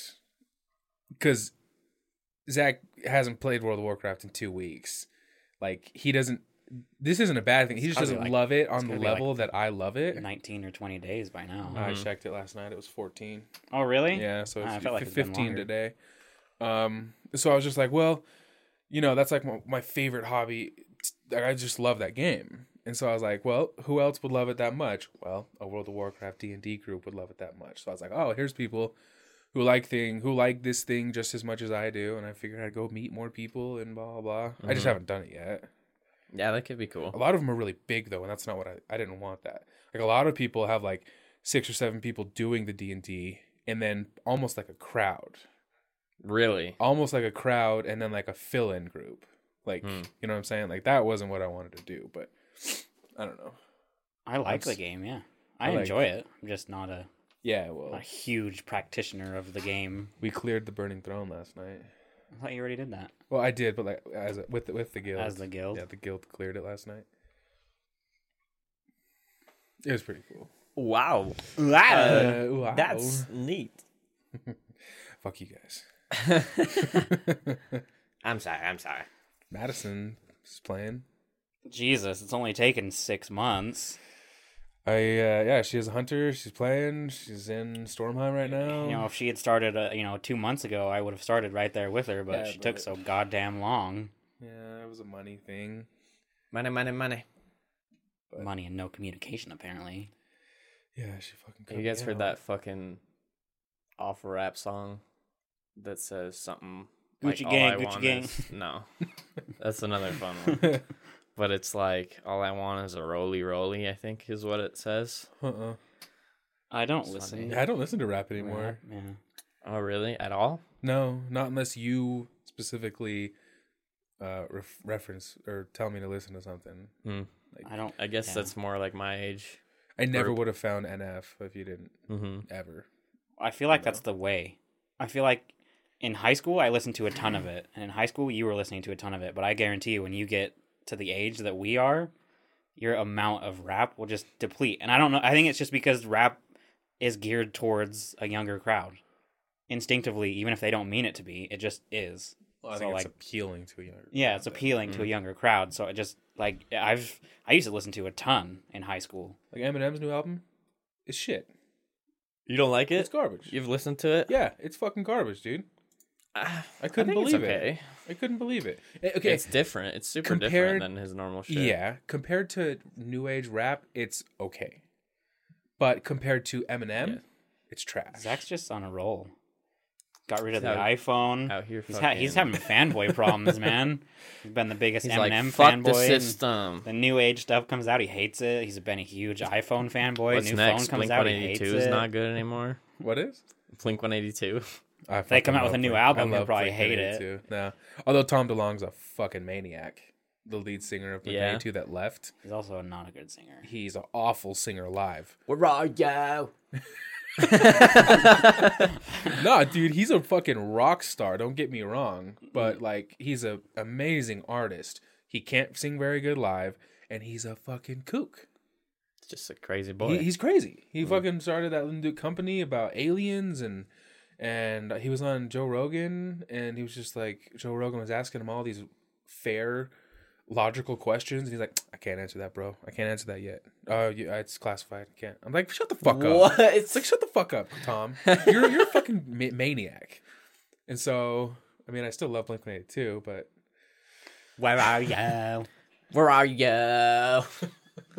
Speaker 1: because Zach hasn't played World of Warcraft in two weeks. Like he doesn't. This isn't a bad thing. He just
Speaker 3: gotta be
Speaker 1: doesn't
Speaker 3: like-
Speaker 1: love it on the
Speaker 3: gotta be like Mm-hmm.
Speaker 1: level that I love it.
Speaker 3: Nineteen or twenty days by now.
Speaker 1: I
Speaker 2: Mhm.
Speaker 1: checked it last night. It was 14.
Speaker 3: oh really?
Speaker 1: Uh, Yeah, so
Speaker 3: Ah, I
Speaker 1: it's
Speaker 3: felt like
Speaker 1: fif-
Speaker 3: it's been
Speaker 1: 15
Speaker 3: longer.
Speaker 1: today. Um, so I was just like, well, you know, that's like my, my favorite hobby. It's- Like, I just love that game. And so I was like, well, who else would love it that much? Well, a World of Warcraft D&D group would love it that much. So I was like, oh, here's people who like thing, who like this thing just as much as I do. And I figured I'd go meet more people and blah, blah, blah. I
Speaker 3: Mm-hmm.
Speaker 1: just
Speaker 2: Mhm.
Speaker 1: haven't done it yet.
Speaker 2: Yeah, that could be
Speaker 1: A
Speaker 2: cool.
Speaker 1: lot of them are really big though, and that's not what I I didn't want that. Like a lot of people have like six or seven people doing the D and D, and then almost like a crowd,
Speaker 2: Really.
Speaker 1: almost like a crowd, and then like a fill in group. Like
Speaker 2: Hmm.
Speaker 1: you know what I'm saying? Like that wasn't what I wanted to do, but I don't know.
Speaker 3: I like the
Speaker 1: That's-
Speaker 3: game. Yeah,
Speaker 1: I
Speaker 3: I,
Speaker 1: like-
Speaker 3: enjoy it. I'm just not a,
Speaker 1: Yeah, well,
Speaker 3: a huge practitioner of the game.
Speaker 1: we cleared the Burning Throne last night.
Speaker 3: I thought you already did that.
Speaker 1: Well, I did, but like as a, with the, with the guild,
Speaker 3: As the guild?
Speaker 1: yeah, the guild cleared it last night. It was pretty cool.
Speaker 2: Wow.
Speaker 1: Uh, wow.
Speaker 2: neat.
Speaker 1: fuck you guys.
Speaker 4: I'm sorry. I'm sorry.
Speaker 1: Madison is playing.
Speaker 3: Jesus, it's only taken six months.
Speaker 1: I uh, yeah, she is a hunter. She's playing. She's in Stormheim right now.
Speaker 3: You know, if she had started, uh, you know, two months ago, I would have started right there with her. But
Speaker 1: Yeah,
Speaker 3: she took
Speaker 1: but-
Speaker 3: so goddamn long.
Speaker 1: yeah, it was a money thing.
Speaker 4: Money, money, money.
Speaker 1: But-
Speaker 3: Money and no communication, apparently.
Speaker 1: Yeah, she fucking. cut
Speaker 2: You guys
Speaker 1: me
Speaker 2: heard
Speaker 1: out.
Speaker 2: that fucking off rap song that says something
Speaker 3: Gucci
Speaker 2: all
Speaker 3: gang,
Speaker 2: I
Speaker 3: Gucci
Speaker 2: want
Speaker 3: gang.
Speaker 2: is- No, that's another fun one. But it's like all I want is a roly roly. I think is what it says.
Speaker 1: Uh-uh.
Speaker 3: I don't
Speaker 2: It's
Speaker 3: listen.
Speaker 2: funny.
Speaker 1: Yeah, I don't listen to rap anymore.
Speaker 3: Rap, Yeah.
Speaker 2: Oh, really? At all?
Speaker 1: No, not unless you specifically uh, ref- reference or tell me to listen to something.
Speaker 2: Hmm.
Speaker 3: I don't.
Speaker 2: I guess
Speaker 3: yeah.
Speaker 2: that's more like my age.
Speaker 1: I never
Speaker 2: Group.
Speaker 1: would have found NF if you didn't
Speaker 2: Mm-hmm.
Speaker 1: ever.
Speaker 3: I feel like that's the way. I feel like in high school I listened to a ton of it, and in high school you were listening to a ton of it. But I guarantee you, when you get to the age that we are, your amount of rap will just deplete. And I don't know. I think it's just because rap is geared towards a younger crowd instinctively, even if they don't mean it to be. It just is.
Speaker 1: Well, I
Speaker 3: So,
Speaker 1: think it's
Speaker 3: like-
Speaker 1: appealing to you.
Speaker 3: Yeah, it's appealing to a younger crowd. So it just like I've I used to listen to a ton in high school.
Speaker 1: Like Eminem's new album is shit.
Speaker 2: You don't like
Speaker 1: It's
Speaker 2: it?
Speaker 1: garbage.
Speaker 2: You've listened to it?
Speaker 1: Yeah, it's fucking garbage, dude.
Speaker 2: Ah,
Speaker 1: I couldn't
Speaker 2: think it's
Speaker 1: believe it.
Speaker 2: okay.
Speaker 1: I couldn't believe it. Eh, Okay,
Speaker 2: It's different. It's super
Speaker 1: Compared-
Speaker 2: different than his normal shit.
Speaker 1: yeah. Compared to new age rap, it's okay, but compared to Eminem,
Speaker 2: Yeah.
Speaker 1: it's trash.
Speaker 3: Zach's just on a roll. Got rid of the
Speaker 2: He's out-
Speaker 3: iPhone.
Speaker 2: out here
Speaker 3: he's, ha- he's
Speaker 2: fucking-
Speaker 3: having fanboy problems, man. He's been the biggest
Speaker 2: He's like,
Speaker 3: Eminem
Speaker 2: fuck
Speaker 3: fanboy.
Speaker 2: the
Speaker 3: and
Speaker 2: system.
Speaker 3: The new age stuff comes out. He hates it. He's been a huge iPhone fanboy.
Speaker 2: What's
Speaker 3: new
Speaker 2: next?
Speaker 3: phone comes
Speaker 2: Blink
Speaker 3: out. He hates
Speaker 2: 182 is
Speaker 3: it.
Speaker 2: not good anymore.
Speaker 1: What is?
Speaker 2: Blink 182.
Speaker 1: I
Speaker 3: they
Speaker 1: fucking
Speaker 3: come out with
Speaker 1: love
Speaker 3: a new
Speaker 1: Blink-
Speaker 3: album,
Speaker 1: I
Speaker 3: you'll
Speaker 1: love
Speaker 3: probably
Speaker 1: Blink
Speaker 3: hate it.
Speaker 1: 182. No, although Tom DeLonge's a fucking maniac, the lead singer of Blink
Speaker 2: Yeah.
Speaker 1: 182 that left.
Speaker 3: He's also not a good singer.
Speaker 1: He's an awful singer live.
Speaker 4: Where are you?
Speaker 1: nah, dude, he's a fucking rock star. Don't get me wrong, but like, he's a amazing artist. He can't sing very good live, and he's a fucking kook.
Speaker 2: It's just a crazy
Speaker 1: He,
Speaker 2: boy.
Speaker 1: he's crazy. He fucking started that little company about aliens and and he was on Joe Rogan and he was just like Joe Rogan was asking him all these fair logical questions and he's like I can't answer that bro. I can't answer that yet. Oh, you, it's classified. I can't. I'm like shut the fuck up.
Speaker 4: What?
Speaker 1: It's like shut the fuck up, Tom. You're you're a fucking ma- maniac. And so, I mean, I still love Blink-182, but
Speaker 3: Where are you?
Speaker 4: Where are you?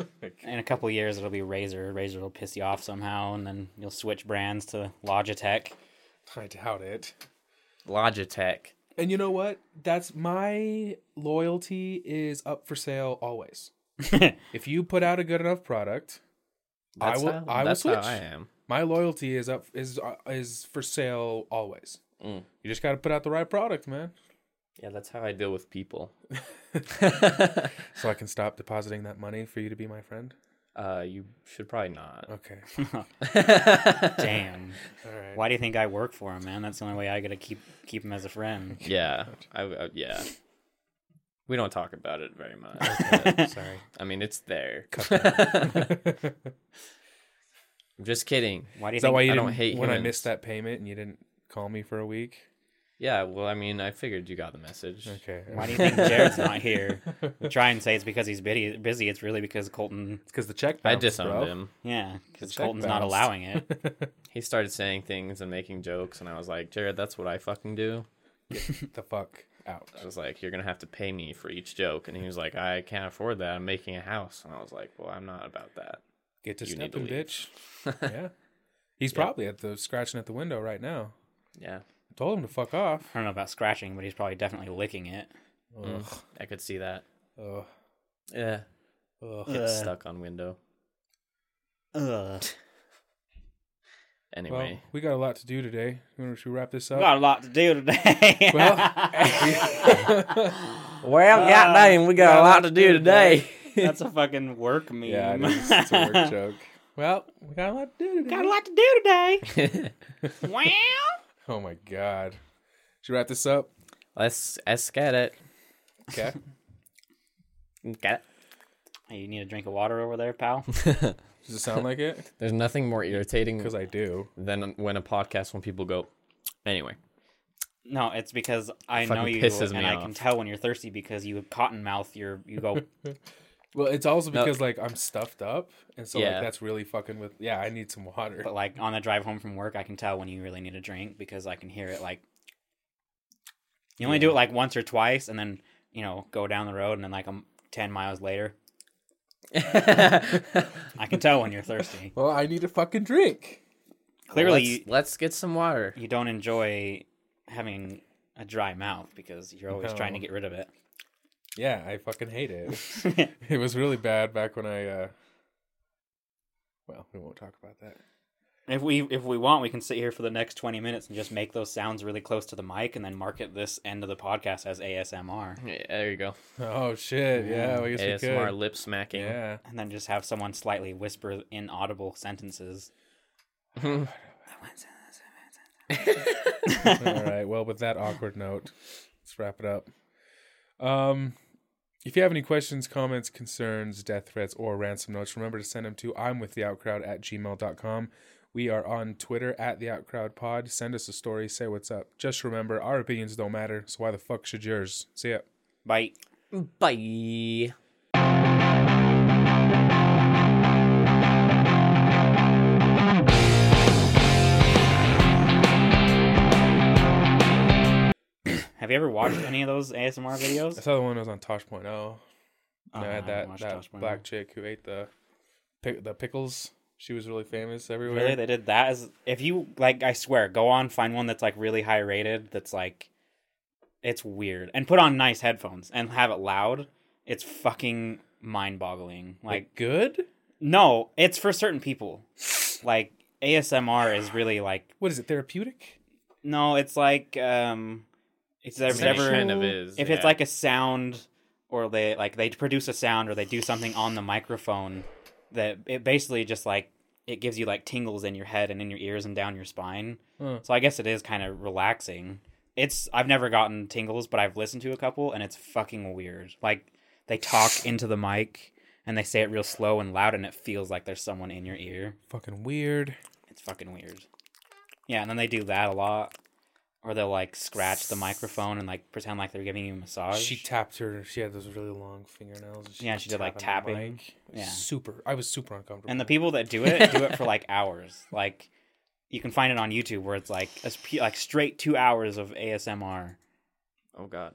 Speaker 3: In a couple of years, it'll be Razor. Razor will piss you off somehow, and then you'll switch brands to Logitech.
Speaker 1: I doubt it.
Speaker 2: Logitech.
Speaker 1: And you know what? That's my loyalty is up for sale always. if you put out a good enough product, I
Speaker 2: That's
Speaker 1: will.
Speaker 2: how-
Speaker 1: I will
Speaker 2: that's
Speaker 1: switch.
Speaker 2: How I am.
Speaker 1: My loyalty is up is uh, is for sale always.
Speaker 2: Mm.
Speaker 1: You just got to put out the right product, man.
Speaker 2: Yeah, that's how I deal with people.
Speaker 1: So I can stop depositing that money for you to be my friend.
Speaker 2: Uh, you should probably not.
Speaker 1: Okay.
Speaker 3: Damn.
Speaker 1: All right.
Speaker 3: Why do you think I work for him, man? That's the only way I gotta keep keep him as a friend.
Speaker 2: Yeah, I, I yeah. We don't talk about it very much.
Speaker 1: Sorry.
Speaker 2: I mean, it's there. I'm just kidding.
Speaker 3: Why do you
Speaker 1: Is that
Speaker 3: think?
Speaker 1: why you
Speaker 2: I
Speaker 1: didn't,
Speaker 2: don't hate
Speaker 1: when I
Speaker 2: humans.
Speaker 1: missed that payment and you didn't call me for a week?
Speaker 2: Yeah, well, I mean, I figured you got the message.
Speaker 1: Okay.
Speaker 3: why do you think Jared's not here? We try and say it's because he's busy. Busy. It's really because Colton.
Speaker 1: It's because the check.
Speaker 2: I
Speaker 1: bounced,
Speaker 2: disowned
Speaker 1: bro.
Speaker 2: him.
Speaker 3: Yeah, because
Speaker 1: check
Speaker 3: Colton's not
Speaker 1: bounced.
Speaker 3: allowing it.
Speaker 2: He started saying things and making jokes, and I was like, Jared, that's what I fucking do.
Speaker 1: The fuck out.
Speaker 2: I was like, you're gonna have to pay me for each joke, and he was like, I can't afford that. I'm making a house, and I was like, well, I'm not about that.
Speaker 1: Get to
Speaker 2: You need to
Speaker 1: stepping,
Speaker 2: leave.
Speaker 1: bitch. yeah. He's probably at the scratching at the window right now.
Speaker 2: Yeah,
Speaker 1: I told him to fuck off.
Speaker 3: I don't know about scratching, but he's probably definitely licking it.
Speaker 1: Ugh.
Speaker 2: Mm. I could see that.
Speaker 1: Ugh.
Speaker 2: Yeah,
Speaker 1: Ugh.
Speaker 2: get stuck on window.
Speaker 3: Ugh.
Speaker 1: Well,
Speaker 2: Anyway,
Speaker 1: we got a lot to do today. You want to wrap this up?
Speaker 3: Got a lot to do today.
Speaker 1: Well,
Speaker 2: well, goddamn, we got a lot to do today.
Speaker 3: that's a fucking work meme.
Speaker 1: yeah, it is. It's a work joke. Well, we got a lot to do today.
Speaker 3: Got a lot to do today. Wow.
Speaker 1: Oh my god. Should we wrap this up?
Speaker 2: let's let's get it.
Speaker 1: Okay.
Speaker 2: Get it.
Speaker 3: Hey, you need a drink of water over there, pal.
Speaker 1: Does it sound like it?
Speaker 2: There's nothing more irritating
Speaker 1: Because I do.
Speaker 2: than when a podcast when people go. Anyway,
Speaker 3: No, it's because I
Speaker 2: fucking
Speaker 3: know you,
Speaker 2: pisses
Speaker 3: and
Speaker 2: me
Speaker 3: I
Speaker 2: off.
Speaker 3: can tell when you're thirsty because you cottonmouth your. You go.
Speaker 1: Well, it's also
Speaker 2: No.
Speaker 1: because like I'm stuffed up, and so
Speaker 2: Yeah.
Speaker 1: like that's really fucking with. Yeah, I need some water.
Speaker 3: but like on the drive home from work, I can tell when you really need a drink because I can hear it. Like you only do it like once or twice, and then you know go down the road, and then like um, ten miles later, I can tell when you're thirsty.
Speaker 1: Well, I need a fucking drink.
Speaker 3: Clearly,
Speaker 2: let's,
Speaker 3: you,
Speaker 2: let's get some water.
Speaker 3: you don't enjoy having a dry mouth because you're always trying to
Speaker 1: No.
Speaker 3: get rid of it.
Speaker 1: Yeah, I fucking hate it. it was really bad back when I. uh Well, we won't talk about that.
Speaker 3: If we if we want, we can sit here for the next twenty minutes and just make those sounds really close to the mic, and then market this end of the podcast as ASMR,
Speaker 2: Yeah, there you go.
Speaker 1: Oh shit! Yeah, I guess we
Speaker 2: ASMR
Speaker 1: could.
Speaker 2: lip smacking.
Speaker 1: Yeah.
Speaker 3: and then just have someone slightly whisper inaudible sentences.
Speaker 1: All right. Well, with that awkward note, let's wrap it up. Um, if you have any questions, comments, concerns, death threats, or ransom notes, remember to send them to I'm with the outcrowd at gmail.com. We are on Twitter at the outcrowd pod. Send us a story, say what's up. Just remember, our opinions don't matter, so why the fuck should yours? See ya.
Speaker 3: Bye.
Speaker 4: Bye.
Speaker 3: Have you ever watched any of those ASMR videos?
Speaker 1: I saw the one that was on Tosh.0. Oh,
Speaker 3: Oh,
Speaker 1: I had
Speaker 3: no, I haven't
Speaker 1: that,
Speaker 3: watched
Speaker 1: that
Speaker 3: Tosh.0.
Speaker 1: black chick who ate the pick, the pickles. She was really famous everywhere.
Speaker 3: Really, they did that. As if you like, I swear, go on, find one that's like really high rated. That's like, it's weird, and put on nice headphones and have it loud. It's fucking mind boggling. Like,
Speaker 1: like good?
Speaker 3: no, it's for certain people. Like ASMR is really like
Speaker 1: What is it? Therapeutic?
Speaker 3: no, it's like um, it's
Speaker 2: I mean, it
Speaker 3: whatever.
Speaker 2: kind of is.
Speaker 3: if it's
Speaker 2: yeah.
Speaker 3: like a sound or they like they produce a sound or they do something on the microphone that it basically just like it gives you like tingles in your head and in your ears and down your spine
Speaker 1: Huh.
Speaker 3: so i guess it is kind of relaxing it's i've never gotten tingles but i've listened to a couple and it's fucking weird like they talk into the mic and they say it real slow and loud and it feels like there's someone in your ear
Speaker 1: Fucking weird.
Speaker 3: it's fucking weird. Yeah, and then they do that a lot. Or they'll like scratch the microphone and like pretend like they're giving you a massage.
Speaker 1: She tapped her. She had those really long fingernails. and
Speaker 3: Yeah,
Speaker 1: was
Speaker 3: she did, like,
Speaker 1: tapping the
Speaker 3: tapping.
Speaker 1: mic.
Speaker 3: Yeah.
Speaker 1: super. I was super uncomfortable.
Speaker 3: and the people that do it do it for like hours. Like you can find it on YouTube where it's like a, sp- like straight two hours of ASMR.
Speaker 2: oh god.